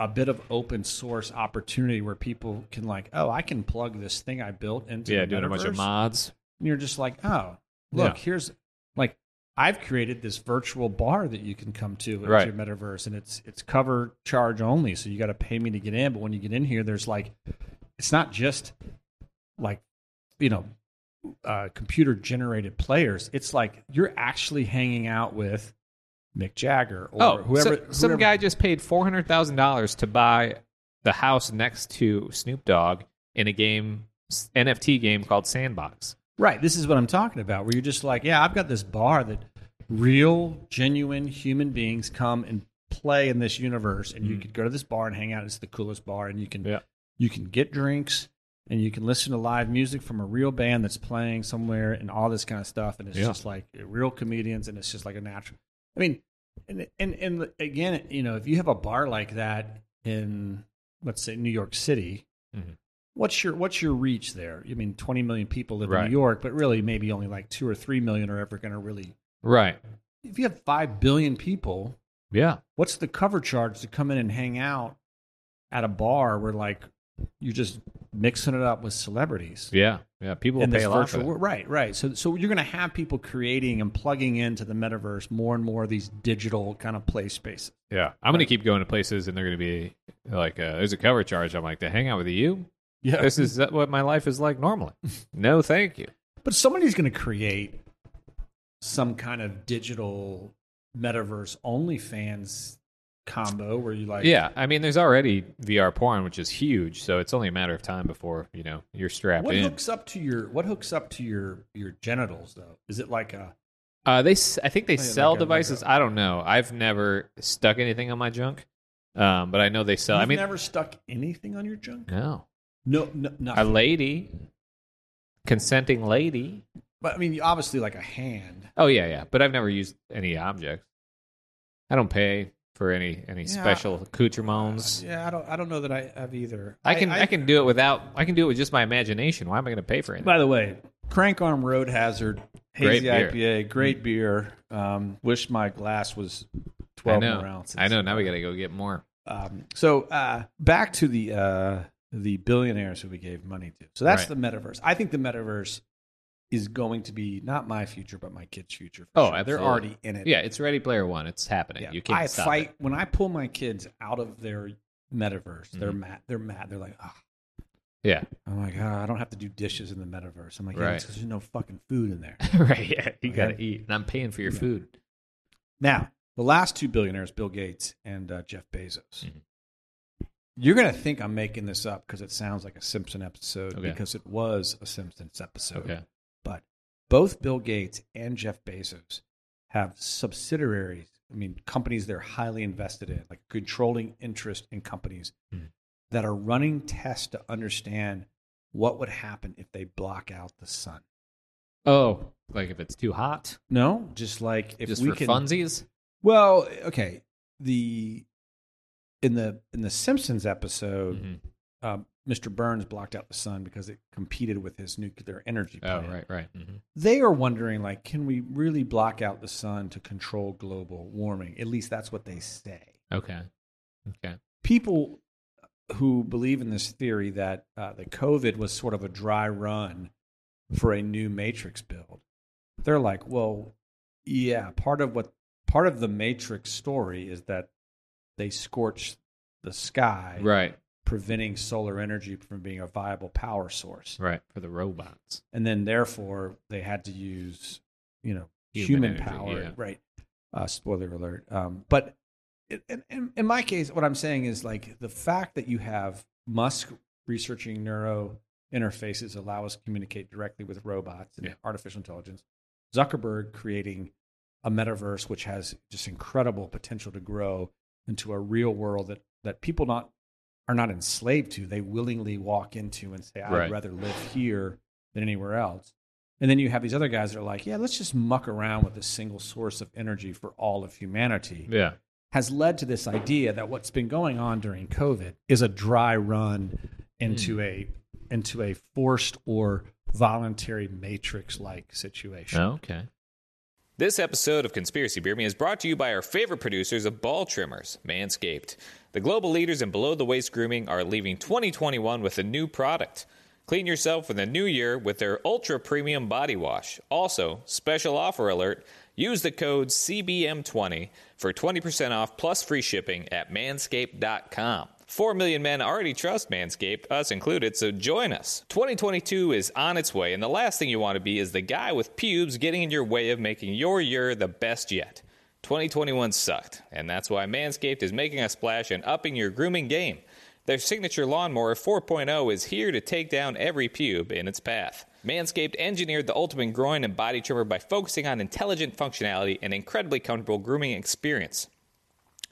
Speaker 1: a bit of open source opportunity where people can like, oh, I can plug this thing I built into
Speaker 2: yeah.
Speaker 1: the
Speaker 2: Doing a bunch
Speaker 1: metaverse.
Speaker 2: of mods.
Speaker 1: And you're just like, oh, look,
Speaker 2: Yeah.
Speaker 1: here's like I've created this virtual bar that you can come to with
Speaker 2: Right.
Speaker 1: your metaverse, and it's it's cover charge only, so you got to pay me to get in. But when you get in here, there's like, it's not just like, you know, uh, computer generated players. It's like you're actually hanging out with Mick Jagger or
Speaker 2: oh,
Speaker 1: whoever.
Speaker 2: so- some
Speaker 1: whoever-
Speaker 2: guy just paid four hundred thousand dollars to buy the house next to Snoop Dogg in a game NFT game called Sandbox.
Speaker 1: Right. This is what I'm talking about, where you're just like, yeah, I've got this bar that real, genuine human beings come and play in this universe, and you could go to this bar and hang out. It's the coolest bar, and you can
Speaker 2: Mm. Yeah.
Speaker 1: you can get drinks and you can listen to live music from a real band that's playing somewhere and all this kind of stuff. And it's
Speaker 2: Yeah.
Speaker 1: just like real comedians, and it's just like a natural. I mean, and and and again, you know, if you have a bar like that in let's say New York City,
Speaker 2: Mm-hmm.
Speaker 1: what's your what's your reach there? I mean, 20 million people live
Speaker 2: Right.
Speaker 1: in New York, but really maybe only like 2 or 3 million are ever going to really
Speaker 2: Right.
Speaker 1: If you have 5 billion people,
Speaker 2: Yeah.
Speaker 1: what's the cover charge to come in and hang out at a bar where like you're just mixing it up with celebrities?
Speaker 2: Yeah. Yeah. People
Speaker 1: in
Speaker 2: will
Speaker 1: this
Speaker 2: pay a lot for
Speaker 1: virtual
Speaker 2: that.
Speaker 1: world. Right, right. So so you're going to have people creating and plugging into the metaverse more and more of these digital kind of play spaces.
Speaker 2: Yeah. I'm gonna keep going to places, and they're gonna be like, uh, "There's a cover charge." I'm like, "To hang out with you?
Speaker 1: Yeah.
Speaker 2: This is what my life is like
Speaker 1: <laughs>
Speaker 2: normally." no, thank you.
Speaker 1: But somebody's going to create some kind of digital metaverse OnlyFans combo where you like,
Speaker 2: Yeah, I mean, there's already VR porn, which is huge, so it's only a matter of time before you know you're strapped
Speaker 1: What
Speaker 2: in.
Speaker 1: hooks up to your what hooks up to your your genitals though? Is it like a
Speaker 2: uh, they, s- I think they
Speaker 1: Oh, yeah,
Speaker 2: sell
Speaker 1: like a- like
Speaker 2: devices.
Speaker 1: a-
Speaker 2: I don't know. I've never stuck anything on my junk, um, but I know they sell.
Speaker 1: you've
Speaker 2: I mean,
Speaker 1: never stuck anything on your junk?
Speaker 2: no,
Speaker 1: No, no,
Speaker 2: a
Speaker 1: nothing.
Speaker 2: lady, consenting lady.
Speaker 1: but I mean, you- obviously, like a hand.
Speaker 2: Oh yeah, yeah, but I've never used any objects. I don't pay for any any
Speaker 1: Yeah.
Speaker 2: special accoutrements.
Speaker 1: Yeah, I don't. I don't know that I have either.
Speaker 2: I can I, can do it without. I can do it with just my imagination. Why am I going to pay for anything?
Speaker 1: By the way, Crank Arm Road Hazard
Speaker 2: Great
Speaker 1: Hazy
Speaker 2: beer.
Speaker 1: IPA, great beer. Um, wish my glass was
Speaker 2: I
Speaker 1: twelve
Speaker 2: know.
Speaker 1: more ounces.
Speaker 2: I know. Now we got to go get more.
Speaker 1: Um, so uh, back to the uh, the billionaires who we gave money to. So that's
Speaker 2: Right.
Speaker 1: the metaverse. I think the metaverse is going to be not my future, but my kids' future. for
Speaker 2: Oh,
Speaker 1: sure.
Speaker 2: absolutely.
Speaker 1: they're already in it.
Speaker 2: Yeah, it's Ready Player One. It's happening.
Speaker 1: Yeah.
Speaker 2: You can't
Speaker 1: I
Speaker 2: stop
Speaker 1: fight
Speaker 2: it. Mm-hmm.
Speaker 1: when I pull my kids out of their metaverse. They're mad. They're mad. They're like, ah, <laughs>
Speaker 2: Yeah. <laughs>
Speaker 1: I'm like, oh, I don't have to do dishes in the metaverse. I'm like, yeah,
Speaker 2: Right.
Speaker 1: it's 'cause there's no fucking food in there.
Speaker 2: right. Yeah. You got to
Speaker 1: Okay.
Speaker 2: eat. And I'm paying for your
Speaker 1: Yeah.
Speaker 2: food.
Speaker 1: Now, the last two billionaires, Bill Gates and uh, Jeff Bezos.
Speaker 2: Mhm.
Speaker 1: You're going to think I'm making this up because it sounds like a Simpson episode
Speaker 2: Okay.
Speaker 1: because it was a Simpsons episode.
Speaker 2: Okay.
Speaker 1: But both Bill Gates and Jeff Bezos have subsidiaries, I mean, companies they're highly invested in, like controlling interest in companies
Speaker 2: Mhm.
Speaker 1: that are running tests to understand what would happen if they block out the sun.
Speaker 2: Oh, like if it's too hot,
Speaker 1: No, just like if
Speaker 2: just
Speaker 1: we
Speaker 2: for
Speaker 1: can
Speaker 2: funsies.
Speaker 1: Well, okay. The in the in the Simpsons episode,
Speaker 2: Mhm.
Speaker 1: um, Mr. Burns blocked out the sun because it competed with his nuclear energy.
Speaker 2: Oh,
Speaker 1: Plan.
Speaker 2: right, right. Mhm.
Speaker 1: They are wondering, like, can we really block out the sun to control global warming? At least that's what they say.
Speaker 2: Okay. Okay.
Speaker 1: People who believe in this theory that uh, the COVID was sort of a dry run for a new Matrix build, they're like, well, yeah, part of what part of the Matrix story is that they scorched the sky,
Speaker 2: Right.
Speaker 1: preventing solar energy from being a viable power source.
Speaker 2: Right. For the robots.
Speaker 1: and then therefore they had to use you know
Speaker 2: Human
Speaker 1: human,
Speaker 2: energy,
Speaker 1: power
Speaker 2: yeah.
Speaker 1: right uh, spoiler alert um, but in, in, in my case what i'm saying is like the fact that you have musk researching neuro interfaces allow us to communicate directly with robots and
Speaker 2: Yeah.
Speaker 1: artificial intelligence zuckerberg creating a metaverse which has just incredible potential to grow into a real world that that people not are not enslaved to they willingly walk into and say i'd
Speaker 2: Right.
Speaker 1: rather live here than anywhere else and then you have these other guys that are like yeah let's just muck around with a single source of energy for all of humanity
Speaker 2: Yeah.
Speaker 1: has led to this idea that what's been going on during covid is a dry run into
Speaker 2: Hmm.
Speaker 1: a into a forced or voluntary matrix like situation
Speaker 2: Oh, okay.
Speaker 4: This episode of Conspiracy Beer Me is brought to you by our favorite producers of ball trimmers, Manscaped. The global leaders in below the waist grooming are leaving 2021 with a new product. Clean yourself for the new year with their ultra premium body wash. Also, special offer alert use the code CBM20 for 20% off plus free shipping at manscaped.com. 4 million men already trust Manscaped, us included, so join us. 2022 is on its way, and the last thing you want to be is the guy with pubes getting in your way of making your year the best yet. 2021 sucked, and that's why Manscaped is making a splash and upping your grooming game. Their signature lawnmower 4.0 is here to take down every pube in its path. Manscaped engineered the ultimate groin and body trimmer by focusing on intelligent functionality and incredibly comfortable grooming experience.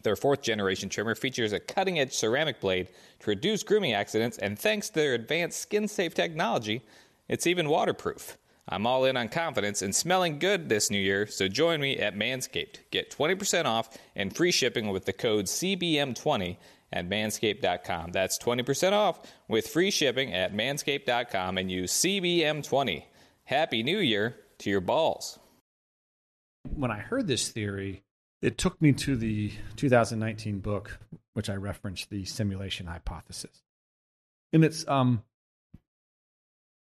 Speaker 4: Their fourth generation trimmer features a cutting edge ceramic blade to reduce grooming accidents, and thanks to their advanced skin safe technology, it's even waterproof. I'm all in on confidence and smelling good this new year, so join me at Manscaped. Get 20% off and free shipping with the code CBM20 at manscaped.com. That's 20% off with free shipping at manscaped.com and use CBM20. Happy New Year to your balls.
Speaker 1: when I heard this theory, it took me to the 2019 book, which I referenced, the simulation hypothesis. And it's um,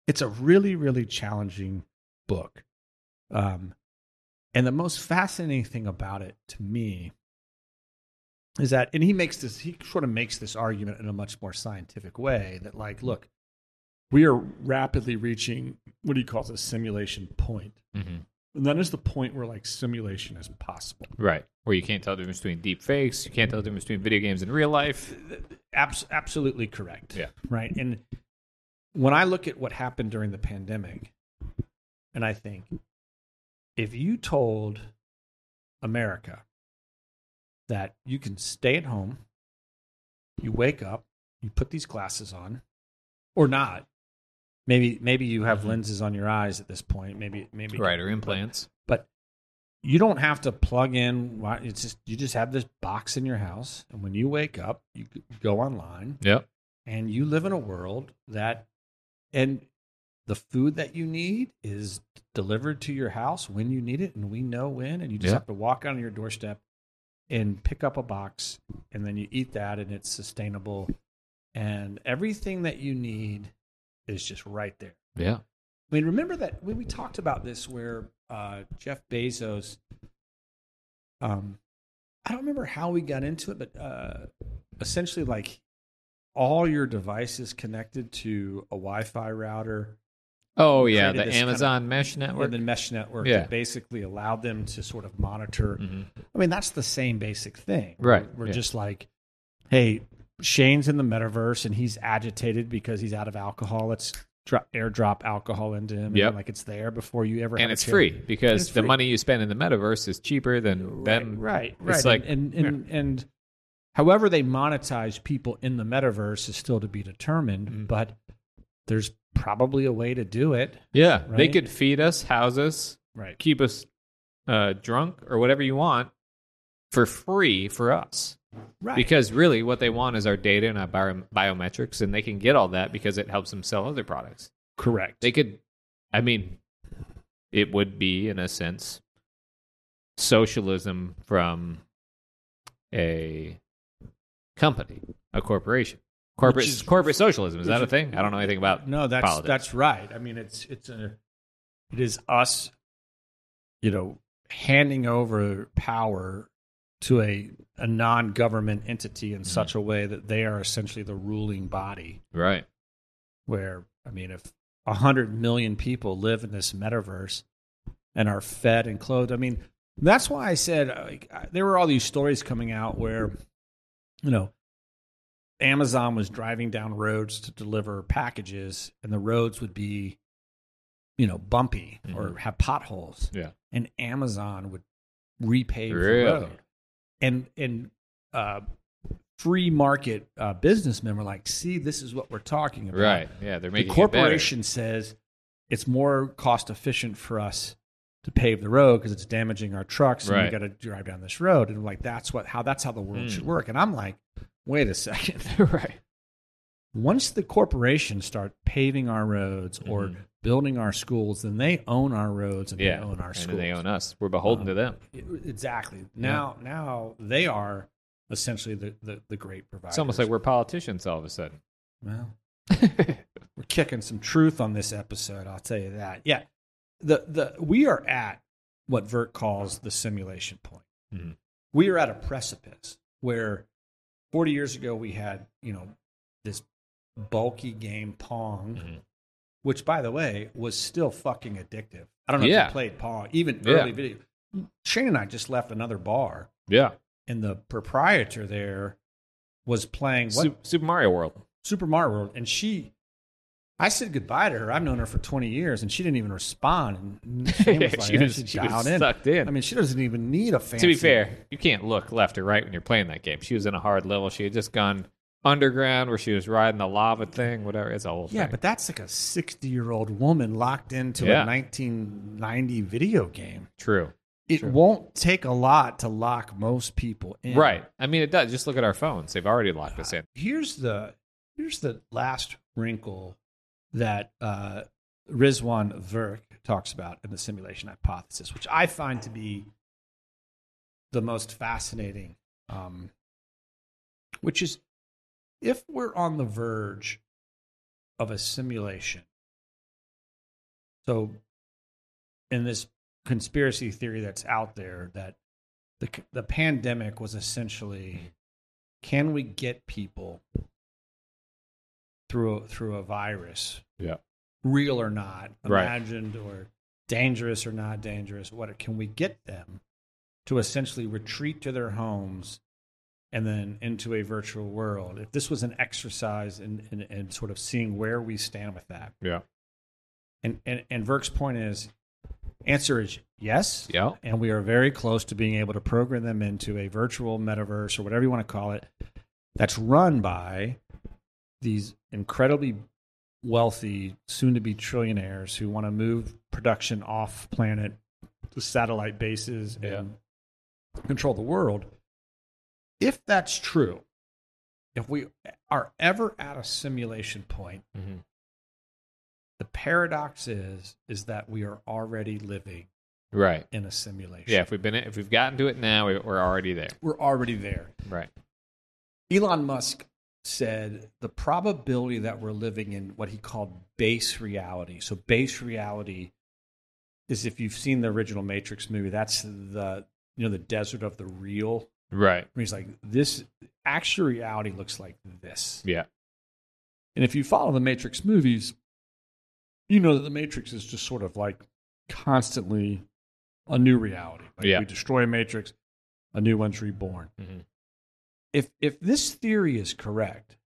Speaker 1: it's a really, really challenging book. Um, and the most fascinating thing about it to me is that, and he makes this, he sort of makes this argument in a much more scientific way that, like, look, we are rapidly reaching what he calls a simulation point.
Speaker 2: hmm
Speaker 1: And that is the point where like simulation is possible.
Speaker 2: Right. Where you can't tell the difference between deep fakes, you can't tell the difference between video games and real life.
Speaker 1: Abs- absolutely correct.
Speaker 2: Yeah.
Speaker 1: Right. And when I look at what happened during the pandemic, and I think if you told America that you can stay at home, you wake up, you put these glasses on, or not. Maybe maybe you have lenses on your eyes at this point. Maybe maybe
Speaker 2: Mm-hmm. Right. Or implants.
Speaker 1: but you don't have to plug in wi- it's just you just have this box in your house and when you wake up you g- go online
Speaker 2: Yep.
Speaker 1: and you live in a world that and the food that you need is delivered to your house when you need it and we know when and you just
Speaker 2: Yeah.
Speaker 1: have to walk out on your doorstep and pick up a box and then you eat that and it's sustainable and everything that you need is just right there
Speaker 2: Yeah.
Speaker 1: I mean, remember that when we talked about this, where uh, Jeff Bezos, um, I don't remember how we got into it, but uh, essentially, like all your devices connected to a Wi-Fi router
Speaker 2: Oh yeah,
Speaker 1: created
Speaker 2: the
Speaker 1: this kind of-
Speaker 2: Amazon mesh network.
Speaker 1: or the mesh network
Speaker 2: Yeah.
Speaker 1: that basically allowed them to sort of monitor.
Speaker 2: Mhm.
Speaker 1: I mean, that's the same basic thing.
Speaker 2: Right,
Speaker 1: We're
Speaker 2: yeah.
Speaker 1: just like, hey, Shane's in the metaverse and he's agitated because he's out of alcohol. Let's dro- airdrop alcohol into him.
Speaker 2: Yep.
Speaker 1: And like it's there before you ever have
Speaker 2: and
Speaker 1: a
Speaker 2: it's
Speaker 1: chance-
Speaker 2: free because
Speaker 1: it's
Speaker 2: the
Speaker 1: free.
Speaker 2: money you spend in the metaverse is cheaper than them.
Speaker 1: Right, right.
Speaker 2: It's
Speaker 1: It's
Speaker 2: like-
Speaker 1: like, and, and, and, and however they monetize people in the metaverse is still to be determined,
Speaker 2: Mm-hmm.
Speaker 1: but there's probably a way to do it.
Speaker 2: Yeah, they
Speaker 1: Right?
Speaker 2: could feed us, house us,
Speaker 1: Right.
Speaker 2: keep us uh, drunk or whatever you want for free for us.
Speaker 1: Right.
Speaker 2: Because really, what they want is our data and our bio- biometrics, and they can get all that because it helps them sell other products.
Speaker 1: Correct.
Speaker 2: They could, I mean, it would be in a sense socialism from a company, a corporation. Corporate
Speaker 1: is-
Speaker 2: corporate socialism is that a
Speaker 1: which-
Speaker 2: thing? I don't know anything about
Speaker 1: no, that's
Speaker 2: politics.
Speaker 1: that's right. I mean, it's it's a it is us, you know, handing over power to a a non government entity in
Speaker 2: Mm-hmm.
Speaker 1: such a way that they are essentially the ruling body.
Speaker 2: right.
Speaker 1: where I mean, if a hundred million people live in this metaverse and are fed and clothed, I mean, that's why I said uh, like, I- there were all these stories coming out where, you know, Amazon was driving down roads to deliver packages, and the roads would be, you know, bumpy
Speaker 2: Mm-hmm.
Speaker 1: or have potholes,
Speaker 2: Yeah.
Speaker 1: and Amazon would repave
Speaker 2: Really?
Speaker 1: the road, and and uh, free market uh, businessmen were like, see, this is what we're talking about
Speaker 2: Right. Yeah, they're making
Speaker 1: the
Speaker 2: it better.
Speaker 1: corporation says it's more cost efficient for us to pave the road because it's damaging our trucks and
Speaker 2: Right.
Speaker 1: we got to drive down this road and like that's what how that's how the world
Speaker 2: Hmm.
Speaker 1: should work and i'm like wait a second <laughs>
Speaker 2: <laughs> right.
Speaker 1: once the corporations start paving our roads or building our schools then they own our roads and
Speaker 2: Mm-hmm. Yeah.
Speaker 1: they own our
Speaker 2: and
Speaker 1: schools Oh,
Speaker 2: then they own us. We're beholden to them.
Speaker 1: exactly now now they are essentially the the, the great provider
Speaker 2: It's almost like we're politicians all of a sudden. <laughs>
Speaker 1: Well, we're kicking some truth on this episode. I'll tell you that. Yeah, the the we are at what Vert calls the simulation point.
Speaker 2: Mhm.
Speaker 1: We are at a precipice where 40 years ago we had you know this bulky game Pong,
Speaker 2: Mm-hmm.
Speaker 1: which by the way was still fucking addictive. I don't know if
Speaker 2: Yeah.
Speaker 1: you played Pong, even
Speaker 2: Yeah.
Speaker 1: early video. Shane and I just left another bar,
Speaker 2: Yeah.
Speaker 1: and the proprietor there was playing what
Speaker 2: Sup- Super Mario World.
Speaker 1: Super Mario World, and she, I said goodbye to her. I've known her for 20 years, and she didn't even respond.
Speaker 2: <laughs>
Speaker 1: And Shane was
Speaker 2: She
Speaker 1: like,
Speaker 2: was-
Speaker 1: "She's
Speaker 2: she was
Speaker 1: dialed
Speaker 2: sucked in.
Speaker 1: I mean, she doesn't even need a fancy.
Speaker 2: To be fair, you can't look left or right when you're playing that game. She was in a hard level. She had just gone underground where she was riding the lava thing, whatever. It's a whole
Speaker 1: yeah,
Speaker 2: thing.
Speaker 1: but that's like a 60 year old woman locked into
Speaker 2: Yeah.
Speaker 1: a 1990 video game.
Speaker 2: True.
Speaker 1: It won't take a lot to lock most people in.
Speaker 2: Right. I mean, it does. Just look at our phones. They've already locked us in.
Speaker 1: Here's the here's the last wrinkle that uh, Rizwan Virk talks about in the simulation hypothesis, which I find to be the most fascinating, um, which is if we're on the verge of a simulation. So, in this conspiracy theory that's out there, that the c- the pandemic was essentially, can we get people through a, through a virus?
Speaker 2: Yeah.
Speaker 1: real or not,
Speaker 2: Right.
Speaker 1: imagined or dangerous or not dangerous, what can we get them to essentially retreat to their homes and then into a virtual world? If this was an exercise in, in, in sort of seeing where we stand with that.
Speaker 2: Yeah.
Speaker 1: And, and, and Verk's point is answer is yes.
Speaker 2: Yeah.
Speaker 1: And we are very close to being able to program them into a virtual metaverse or whatever you want to call it that's run by these incredibly wealthy, soon to be trillionaires who want to move production off planet to satellite bases and control the world. If that's true, if we are ever at a simulation point,
Speaker 2: Mhm.
Speaker 1: the paradox is is that we are already living
Speaker 2: Right.
Speaker 1: in a simulation.
Speaker 2: Yeah. If we've been, if we've gotten to it now, we- we're already there.
Speaker 1: We're already there.
Speaker 2: Right.
Speaker 1: Elon Musk said the probability that we're living in what he called base reality. So base reality is if you've seen the original Matrix movie, that's the you know the desert of the real.
Speaker 2: Right.
Speaker 1: Where he's like, this actual reality looks like this.
Speaker 2: Yeah.
Speaker 1: And if you follow the Matrix movies, you know that the Matrix is just sort of like constantly a new reality. Like
Speaker 4: Yeah.
Speaker 1: we destroy a Matrix, a new one's reborn.
Speaker 4: Mhm.
Speaker 1: If if this theory is correct,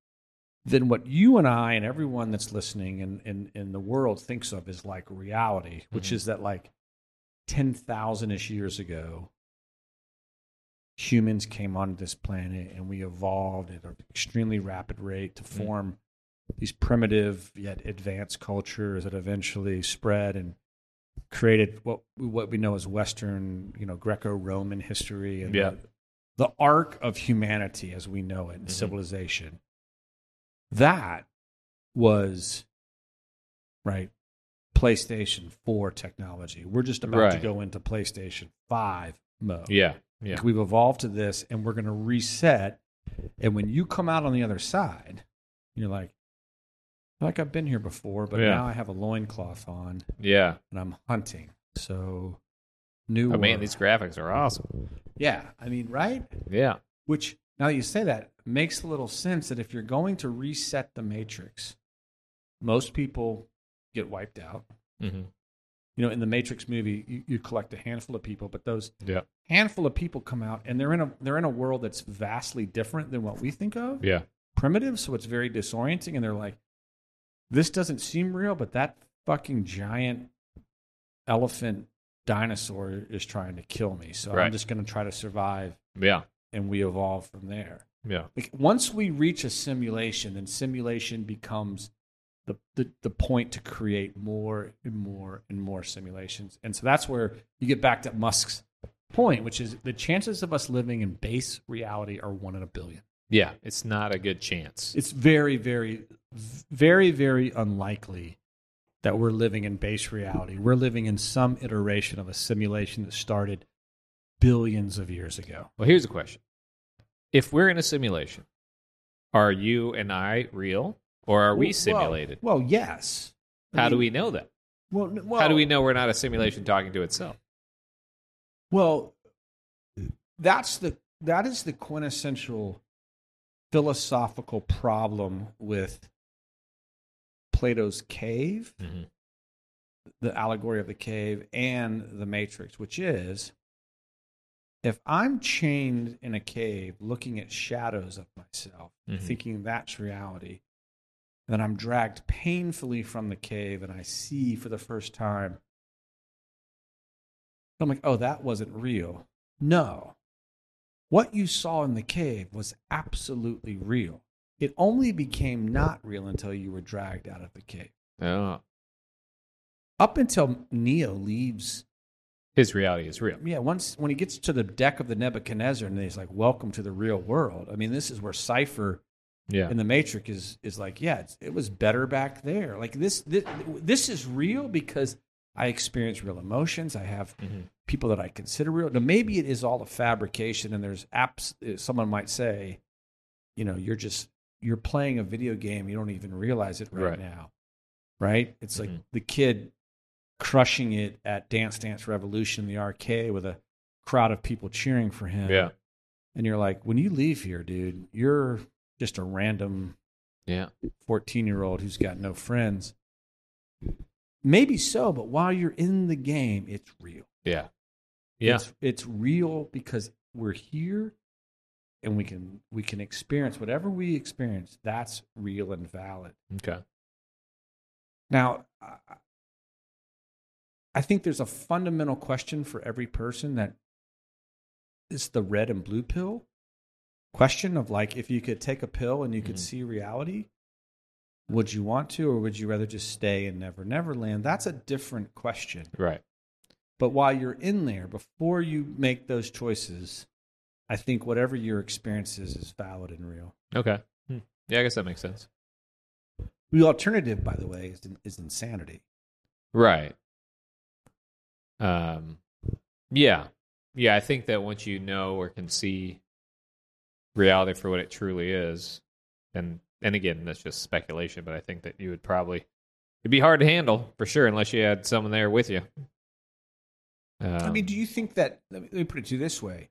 Speaker 1: then what you and I and everyone that's listening and in, in, the world thinks of is like reality, which is that like ten thousand ish years ago, humans came onto this planet and we evolved at an extremely rapid rate to form these primitive yet advanced cultures that eventually spread and created what what we know as Western, you know, Greco-Roman history and
Speaker 4: Yeah.
Speaker 1: the, the arc of humanity as we know it and civilization. That was right PlayStation 4 technology. We're just about to
Speaker 2: Right.
Speaker 1: go into PlayStation 5 mode.
Speaker 4: Yeah. Yeah.
Speaker 1: We've evolved to this and we're going to reset. And when you come out on the other side, you're like, like I've been here before, but
Speaker 4: Yeah.
Speaker 1: now I have a loincloth on
Speaker 4: Yeah.
Speaker 1: and I'm hunting. So new.
Speaker 4: Oh man,
Speaker 1: world.
Speaker 4: these graphics are awesome.
Speaker 1: yeah. I mean, right?
Speaker 4: Yeah.
Speaker 1: Which now that you say that makes a little sense that if you're going to reset the matrix, most people get wiped out.
Speaker 4: Mm-hmm.
Speaker 1: You know, in the Matrix movie, you, you collect a handful of people, but those
Speaker 4: Yeah.
Speaker 1: handful of people come out and they're in a they're in a world that's vastly different than what we think of
Speaker 4: Yeah.
Speaker 1: primitive so it's very disorienting and they're like this doesn't seem real but that fucking giant elephant dinosaur is trying to kill me so
Speaker 4: Right.
Speaker 1: i'm just going to try to survive
Speaker 4: Yeah.
Speaker 1: and we evolve from there
Speaker 4: Yeah.
Speaker 1: like once we reach a simulation then simulation becomes the, the, the point to create more and more and more simulations and so that's where you get back to musk's point which is the chances of us living in base reality are one in a billion
Speaker 4: Yeah. It's not a good chance.
Speaker 1: it's very very very very unlikely that we're living in base reality we're living in some iteration of a simulation that started billions of years ago
Speaker 4: Well, here's a question. If we're in a simulation, are you and I real or are we
Speaker 1: Well,
Speaker 4: simulated?
Speaker 1: well, yes I
Speaker 4: How do
Speaker 1: mean,
Speaker 4: we know that?
Speaker 1: well, n- well
Speaker 4: How do we know we're not a simulation talking to itself?
Speaker 1: Well, that's the that is the quintessential philosophical problem with Plato's cave,
Speaker 4: Mhm.
Speaker 1: the allegory of the cave, and the Matrix, which is if I'm chained in a cave looking at shadows of myself,
Speaker 4: Mhm.
Speaker 1: thinking that's reality, then I'm dragged painfully from the cave and I see for the first time I'm like, oh, that wasn't real. No. What you saw in the cave was absolutely real. It only became not real until you were dragged out of the cave.
Speaker 4: Oh,
Speaker 1: Up until Neo leaves,
Speaker 4: his reality is real.
Speaker 1: yeah, once when he gets to the deck of the Nebuchadnezzar and he's like, welcome to the real world. I mean, this is where Cypher
Speaker 4: Yeah.
Speaker 1: and the Matrix is is like, yeah, it's, it was better back there. Like this, this this is real because I experience real emotions. I have
Speaker 4: Mm-hmm.
Speaker 1: people that I consider real. Now maybe it is all a fabrication, and there's apps. uh, Someone might say, you know, you're just you're playing a video game. You don't even realize it right,
Speaker 4: Right. Mm-hmm.
Speaker 1: now, right? It's like the kid crushing it at Dance Dance Revolution, in the arcade, with a crowd of people cheering for him
Speaker 4: Yeah.
Speaker 1: and you're like, when you leave here, dude, you're just a random
Speaker 4: Yeah.
Speaker 1: 14 year old who's got no friends. Maybe so, but while you're in the game, it's real.
Speaker 4: Yeah. Yeah.
Speaker 1: It's, it's real because we're here and we can we can experience whatever we experience that's real and valid.
Speaker 4: Okay.
Speaker 1: Now, I- I think there's a fundamental question for every person that is the red and blue pill question of like, if you could take a pill and you could
Speaker 4: Mhm.
Speaker 1: see reality, would you want to, or would you rather just stay in Never Never Land? That's a different question.
Speaker 4: Right.
Speaker 1: But while you're in there, before you make those choices, I think whatever your experience is is valid and real.
Speaker 4: Okay. Hmm. Yeah. I guess that makes sense.
Speaker 1: The alternative, by the way, is, is insanity.
Speaker 4: Right. Um yeah. Yeah, I think that once you know or can see reality for what it truly is, and and again, that's just speculation, but I think that you would probably it'd be hard to handle for sure unless you had someone there with you.
Speaker 1: I mean,
Speaker 4: Um,
Speaker 1: do you think that? Let me, let me put it to you this way: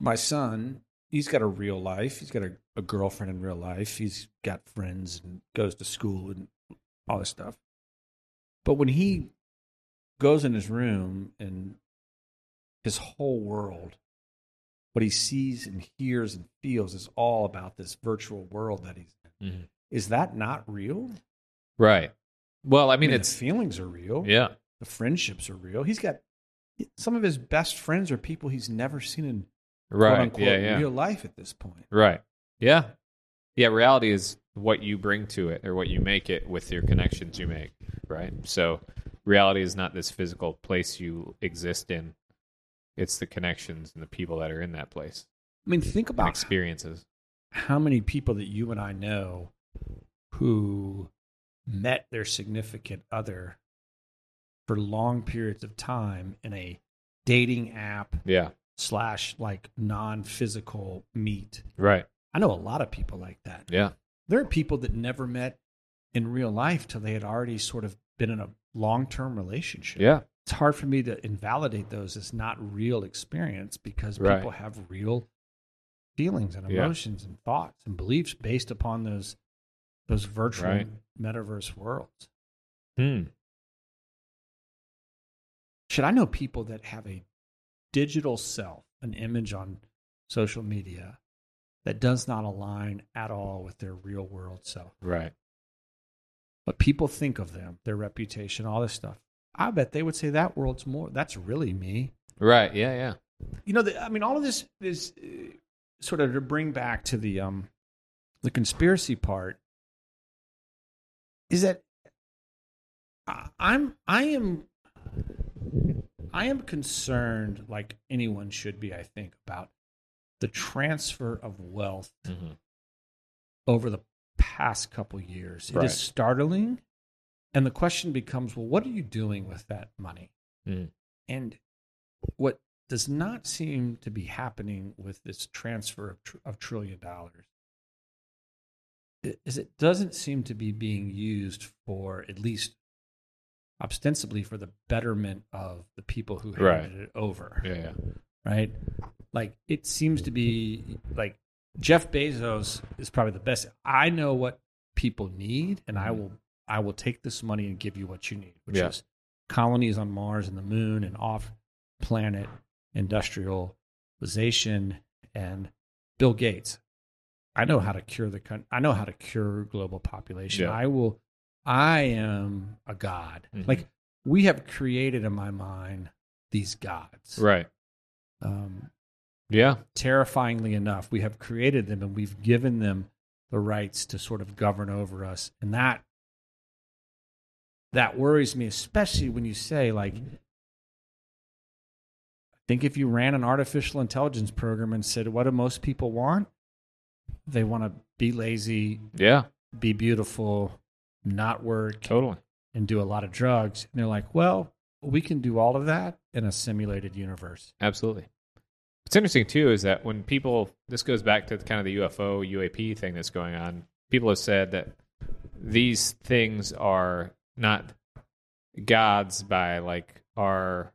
Speaker 1: My son he's got a real life. He's got a, a girlfriend in real life. He's got friends and goes to school and all this stuff. But when
Speaker 2: Hmm.
Speaker 1: he goes in his room and his whole world, what he sees and hears and feels is all about this virtual world that he's in.
Speaker 2: Mhm.
Speaker 1: Is that not real?
Speaker 2: Right. Well, I
Speaker 1: I mean,
Speaker 2: mean,
Speaker 1: the
Speaker 2: it's
Speaker 1: feelings are real.
Speaker 2: yeah.
Speaker 1: The friendships are real. He's got some of his best friends are people he's never seen in
Speaker 2: Right.
Speaker 1: quote unquote
Speaker 2: yeah. Yeah.
Speaker 1: real life at this point.
Speaker 2: Right. Yeah. Yeah. Reality is what you bring to it or what you make it with your connections you make. Right. So reality is not this physical place you exist in, it's the connections and the people that are in that place
Speaker 1: I mean, think
Speaker 2: and
Speaker 1: about
Speaker 2: experiences.
Speaker 1: how many people that you and I know who met their significant other for long periods of time in a dating app
Speaker 2: Yeah.
Speaker 1: slash like non physical meet.
Speaker 2: Right.
Speaker 1: I know a lot of people like that.
Speaker 2: Yeah.
Speaker 1: There are people that never met in real life till they had already sort of been in a long term relationship.
Speaker 2: Yeah.
Speaker 1: It's hard for me to invalidate those as not real experience because
Speaker 2: Right.
Speaker 1: people have real feelings and
Speaker 2: Yeah.
Speaker 1: emotions and thoughts and beliefs based upon those those virtual
Speaker 2: Right.
Speaker 1: metaverse worlds.
Speaker 2: Hmm.
Speaker 1: Should I know people that have a digital self, an image on social media that does not align at all with their real world self?
Speaker 2: Right.
Speaker 1: But people think of them, their reputation, all this stuff. I bet they would say that world's more that's really me.
Speaker 2: Right. Yeah. Yeah.
Speaker 1: You know, the, I mean all of this is uh, sort of to bring back to the um the conspiracy part is that I- I'm I am I am concerned, like anyone should be, I think, about the transfer of wealth
Speaker 2: Mhm.
Speaker 1: over the past couple years. It
Speaker 2: Right.
Speaker 1: is startling, and the question becomes, well, what are you doing with that money?
Speaker 2: Mhm.
Speaker 1: And what does not seem to be happening with this transfer of, tr- of trillion dollars i- is it doesn't seem to be being used for at least ostensibly for the betterment of the people who handed
Speaker 2: Right.
Speaker 1: it over
Speaker 2: Yeah. Yeah.
Speaker 1: right like it seems to be like jeff bezos is probably the best i know what people need and i will i will take this money and give you what you need which
Speaker 2: Mm-hmm. Yeah.
Speaker 1: is colonies on mars and the moon and off planet industrialization and bill gates i know how to cure the country i know how to cure global population
Speaker 2: Yeah.
Speaker 1: i will i am a god
Speaker 2: Mhm.
Speaker 1: like we have created in my mind these gods
Speaker 2: Right.
Speaker 1: um,
Speaker 2: Yeah.
Speaker 1: terrifyingly enough, we have created them and we've given them the rights to sort of govern over us. And that that worries me, especially when you say like
Speaker 2: Mm-hmm.
Speaker 1: I think if you ran an artificial intelligence program and said, What do most people want? They want to be lazy,
Speaker 2: Yeah.
Speaker 1: be beautiful, not work,
Speaker 2: Totally.
Speaker 1: and do a lot of drugs. And they're like, Well, we can do all of that in a simulated universe.
Speaker 2: Absolutely. What's interesting too is that when people this goes back to kind of the UFO UAP thing that's going on, people have said that these things are not gods by like our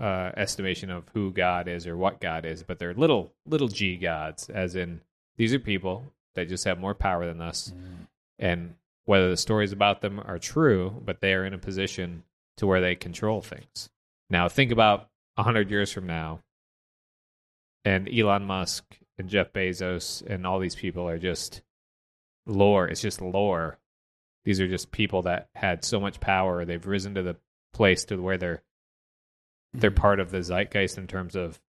Speaker 2: uh, estimation of who God is or what God is, but they're little little g gods, as in these are people that just have more power than us, and whether the stories about them are true, but they are in a position to where they control things. Now, think about 100 years from now, and Elon Musk and Jeff Bezos and all these people are just lore. It's just lore. These are just people that had so much power. They've risen to the place to where they're they're part of the zeitgeist in terms of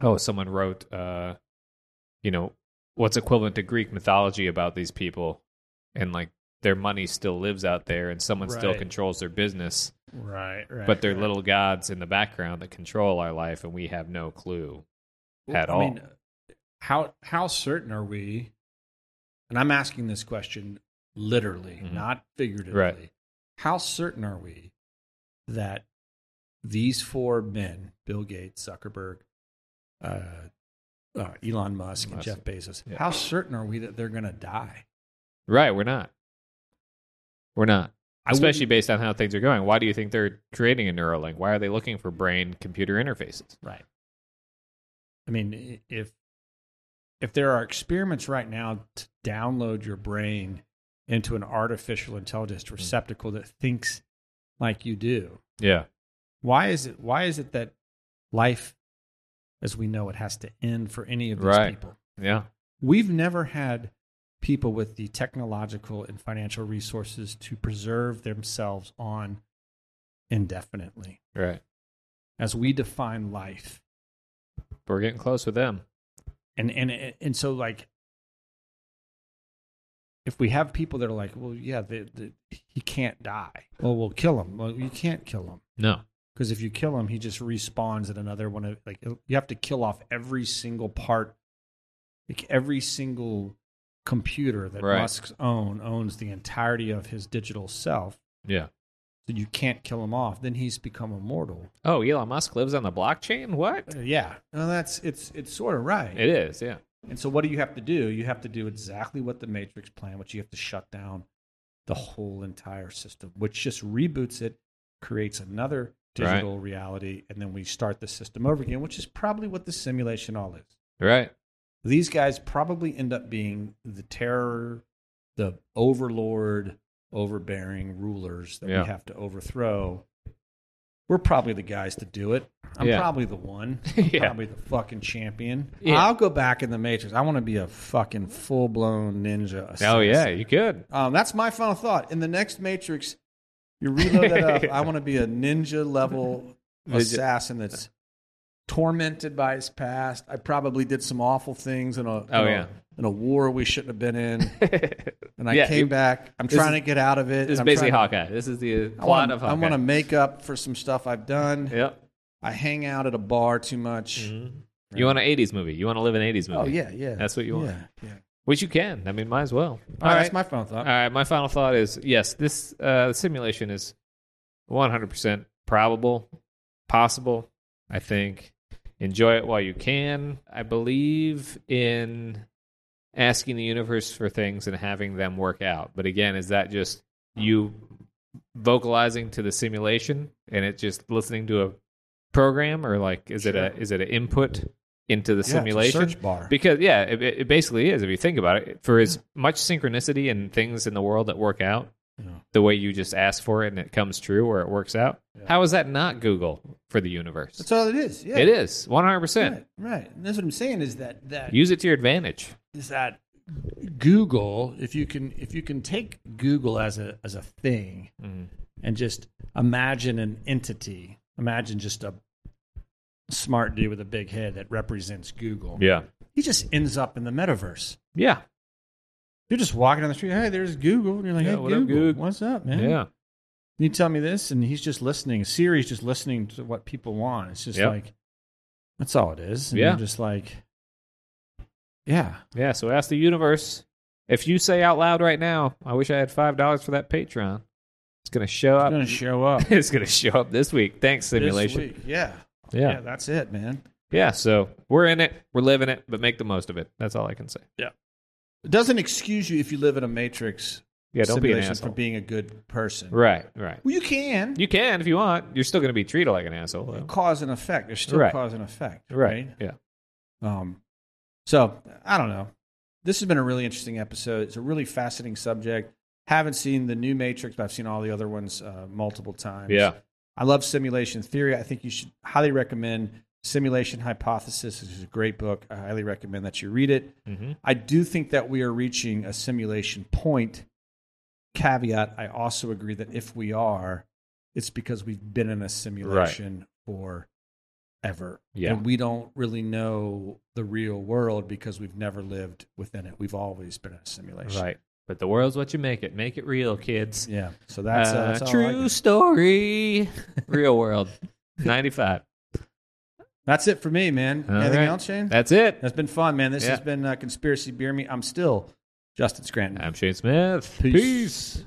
Speaker 2: oh, someone wrote uh you know, what's equivalent to Greek mythology about these people and like their money still lives out there and someone still
Speaker 1: Right.
Speaker 2: controls their business
Speaker 1: Right, right.
Speaker 2: but they're little gods in the background that control our life and we have no clue at all.
Speaker 1: uh, how how certain are we? And I'm asking this question literally,
Speaker 2: Mhm.
Speaker 1: not figuratively.
Speaker 2: Right.
Speaker 1: How certain are we that these four men, Bill Gates, Zuckerberg, uh, uh, Elon Musk, and
Speaker 2: Musk.
Speaker 1: Jeff Bezos,
Speaker 2: Yeah.
Speaker 1: how certain are we that they're going to die?
Speaker 2: Right, we're not. We're not.
Speaker 1: I
Speaker 2: Especially
Speaker 1: wouldn't-
Speaker 2: based on how things are going. Why do you think they're creating a Neuralink? Why are they looking for brain computer interfaces?
Speaker 1: Right. I mean, i- if if there are experiments right now to download your brain into an artificial intelligence receptacle that thinks like you do,
Speaker 2: Yeah.
Speaker 1: why is it why is it that life as we know it has to end for any of these
Speaker 2: Right.
Speaker 1: people?
Speaker 2: Yeah.
Speaker 1: We've never had people with the technological and financial resources to preserve themselves on indefinitely
Speaker 2: Right.
Speaker 1: as we define life.
Speaker 2: We're getting close with them.
Speaker 1: and and and so like if we have people that are like well yeah the, the, he can't die well we'll kill him well you can't kill him
Speaker 2: No.
Speaker 1: because if you kill him he just respawns at another one of like you have to kill off every single part like every single computer that
Speaker 2: Right.
Speaker 1: musk's own owns the entirety of his digital self
Speaker 2: Yeah.
Speaker 1: so you can't kill him off then he's become immortal
Speaker 2: Oh, Elon Musk lives on the blockchain? What?
Speaker 1: Uh, yeah well, that's it's it's sort of right
Speaker 2: It is, yeah.
Speaker 1: And so, what do you have to do? You have to do exactly what the Matrix plan, which you have to shut down the whole entire system, which just reboots it, creates another
Speaker 2: Right.
Speaker 1: digital reality, and then we start the system over again, which is probably what the simulation all is.
Speaker 2: Right.
Speaker 1: These guys probably end up being the terror, the overlord, overbearing rulers that
Speaker 2: Yeah.
Speaker 1: we have to overthrow. We're probably the guys to do it. I'm
Speaker 2: Yeah.
Speaker 1: probably the
Speaker 2: <laughs>
Speaker 1: one.
Speaker 2: Yeah.
Speaker 1: Probably the fucking champion.
Speaker 2: Yeah.
Speaker 1: I'll go back in the Matrix. I want to be a fucking full blown ninja.
Speaker 2: Oh, yeah,
Speaker 1: assassin.
Speaker 2: you could.
Speaker 1: Um, that's my final thought. In the next Matrix, you reload that up. I want to be a ninja level
Speaker 2: <laughs> Ninja.
Speaker 1: assassin that's tormented by his past. I probably did some awful things in a, in
Speaker 2: Oh,
Speaker 1: a-
Speaker 2: yeah.
Speaker 1: in a war we shouldn't have been
Speaker 2: <laughs>
Speaker 1: in, and I
Speaker 2: Yeah,
Speaker 1: came
Speaker 2: you-
Speaker 1: back. I'm
Speaker 2: this
Speaker 1: trying
Speaker 2: is-
Speaker 1: to get out of it.
Speaker 2: This is
Speaker 1: I'm
Speaker 2: basically
Speaker 1: trying to-
Speaker 2: Hawkeye. This is the
Speaker 1: I
Speaker 2: plot
Speaker 1: wanna-
Speaker 2: of
Speaker 1: I
Speaker 2: Hawkeye.
Speaker 1: want to make up for some stuff I've done.
Speaker 2: Yep.
Speaker 1: I hang out at a bar too much.
Speaker 2: Mm-hmm. You want an 80s movie. You want to live an 80s movie.
Speaker 1: Oh yeah, yeah.
Speaker 2: That's what you want.
Speaker 1: Yeah, yeah.
Speaker 2: Which you can. I mean, might as well.
Speaker 1: All right, that's my final thought.
Speaker 2: All right, my final thought is yes, this uh, simulation is 100% probable, possible, I think. Enjoy it while you can. I believe in asking the universe for things and having them work out. But again, is that just you vocalizing to the simulation and it just listening to a program or like is it a is it an input into the
Speaker 1: Yeah, it's a
Speaker 2: simulation
Speaker 1: search bar.
Speaker 2: because yeah it, it it basically is if you think about it for as much synchronicity and things in the world that work out the way you just ask for it and it comes true or it works out how is that not google for the universe
Speaker 1: That's all it is. Yeah,
Speaker 2: it is 100%
Speaker 1: Right, right. And that's what I'm saying is that that
Speaker 2: use it to your advantage
Speaker 1: is that Google, if you can if you can take Google as a as a thing
Speaker 2: Mm-hmm.
Speaker 1: and just imagine an entity, imagine just a smart dude with a big head that represents Google.
Speaker 2: yeah
Speaker 1: He just ends up in the metaverse.
Speaker 2: yeah
Speaker 1: You're just walking down the street, hey, there's Google. And you're like,
Speaker 2: Yeah,
Speaker 1: hey,
Speaker 2: what up,
Speaker 1: Google,
Speaker 2: Goog?
Speaker 1: what's up, man?
Speaker 2: yeah
Speaker 1: You tell me this, and he's just listening. Siri's just listening to what people want. It's just
Speaker 2: Yep.
Speaker 1: like, that's all it is. And
Speaker 2: Yeah.
Speaker 1: You're just like, yeah.
Speaker 2: yeah so ask the universe if you say out loud right now i wish i had five dollars for that patreon it's gonna show
Speaker 1: I'm
Speaker 2: up <laughs>
Speaker 1: going to show up.
Speaker 2: it's gonna show up this week thanks
Speaker 1: <laughs>
Speaker 2: simulation
Speaker 1: This week. Yeah.
Speaker 2: Yeah.
Speaker 1: Yeah, that's it, man.
Speaker 2: Yeah, so we're in it, we're living it, but make the most of it. That's all I can say.
Speaker 1: It doesn't excuse you if you live in a matrix
Speaker 2: Yeah, don't be an
Speaker 1: simulation
Speaker 2: asshole.
Speaker 1: for being a good person.
Speaker 2: right, right.
Speaker 1: Well, you can.
Speaker 2: You can if you want. You're still going to be treated like an asshole. though.
Speaker 1: cause and effect. There's still
Speaker 2: Right.
Speaker 1: cause and effect.
Speaker 2: Right. Yeah.
Speaker 1: Um, so I don't know. This has been a really interesting episode. It's a really fascinating subject. Haven't seen the new Matrix, but I've seen all the other ones uh, multiple times.
Speaker 2: Yeah.
Speaker 1: I love simulation theory. I think you should highly recommend Simulation Hypothesis. This is a great book. I highly recommend that you read it.
Speaker 2: Mhm.
Speaker 1: I do think that we are reaching a simulation point. Caveat I also agree that if we are, it's because we've been in a simulation for ever.
Speaker 2: Yeah.
Speaker 1: And we don't really know the real world because we've never lived within it. We've always been in a simulation.
Speaker 2: Right. But the world's what you make it. Make it real, kids.
Speaker 1: Yeah. So that's, uh,
Speaker 2: Uh,
Speaker 1: that's all I
Speaker 2: true
Speaker 1: got.
Speaker 2: story. real
Speaker 1: <laughs>
Speaker 2: world. 95.
Speaker 1: That's it for me, man.
Speaker 2: All
Speaker 1: Anything
Speaker 2: right.
Speaker 1: else, Shane?
Speaker 2: That's it.
Speaker 1: That's been fun, man. This
Speaker 2: Yeah.
Speaker 1: has been uh, Conspiracy Beer Me. I'm still Justin Scranton.
Speaker 2: I'm Shane Smith.
Speaker 1: Peace.
Speaker 2: Peace.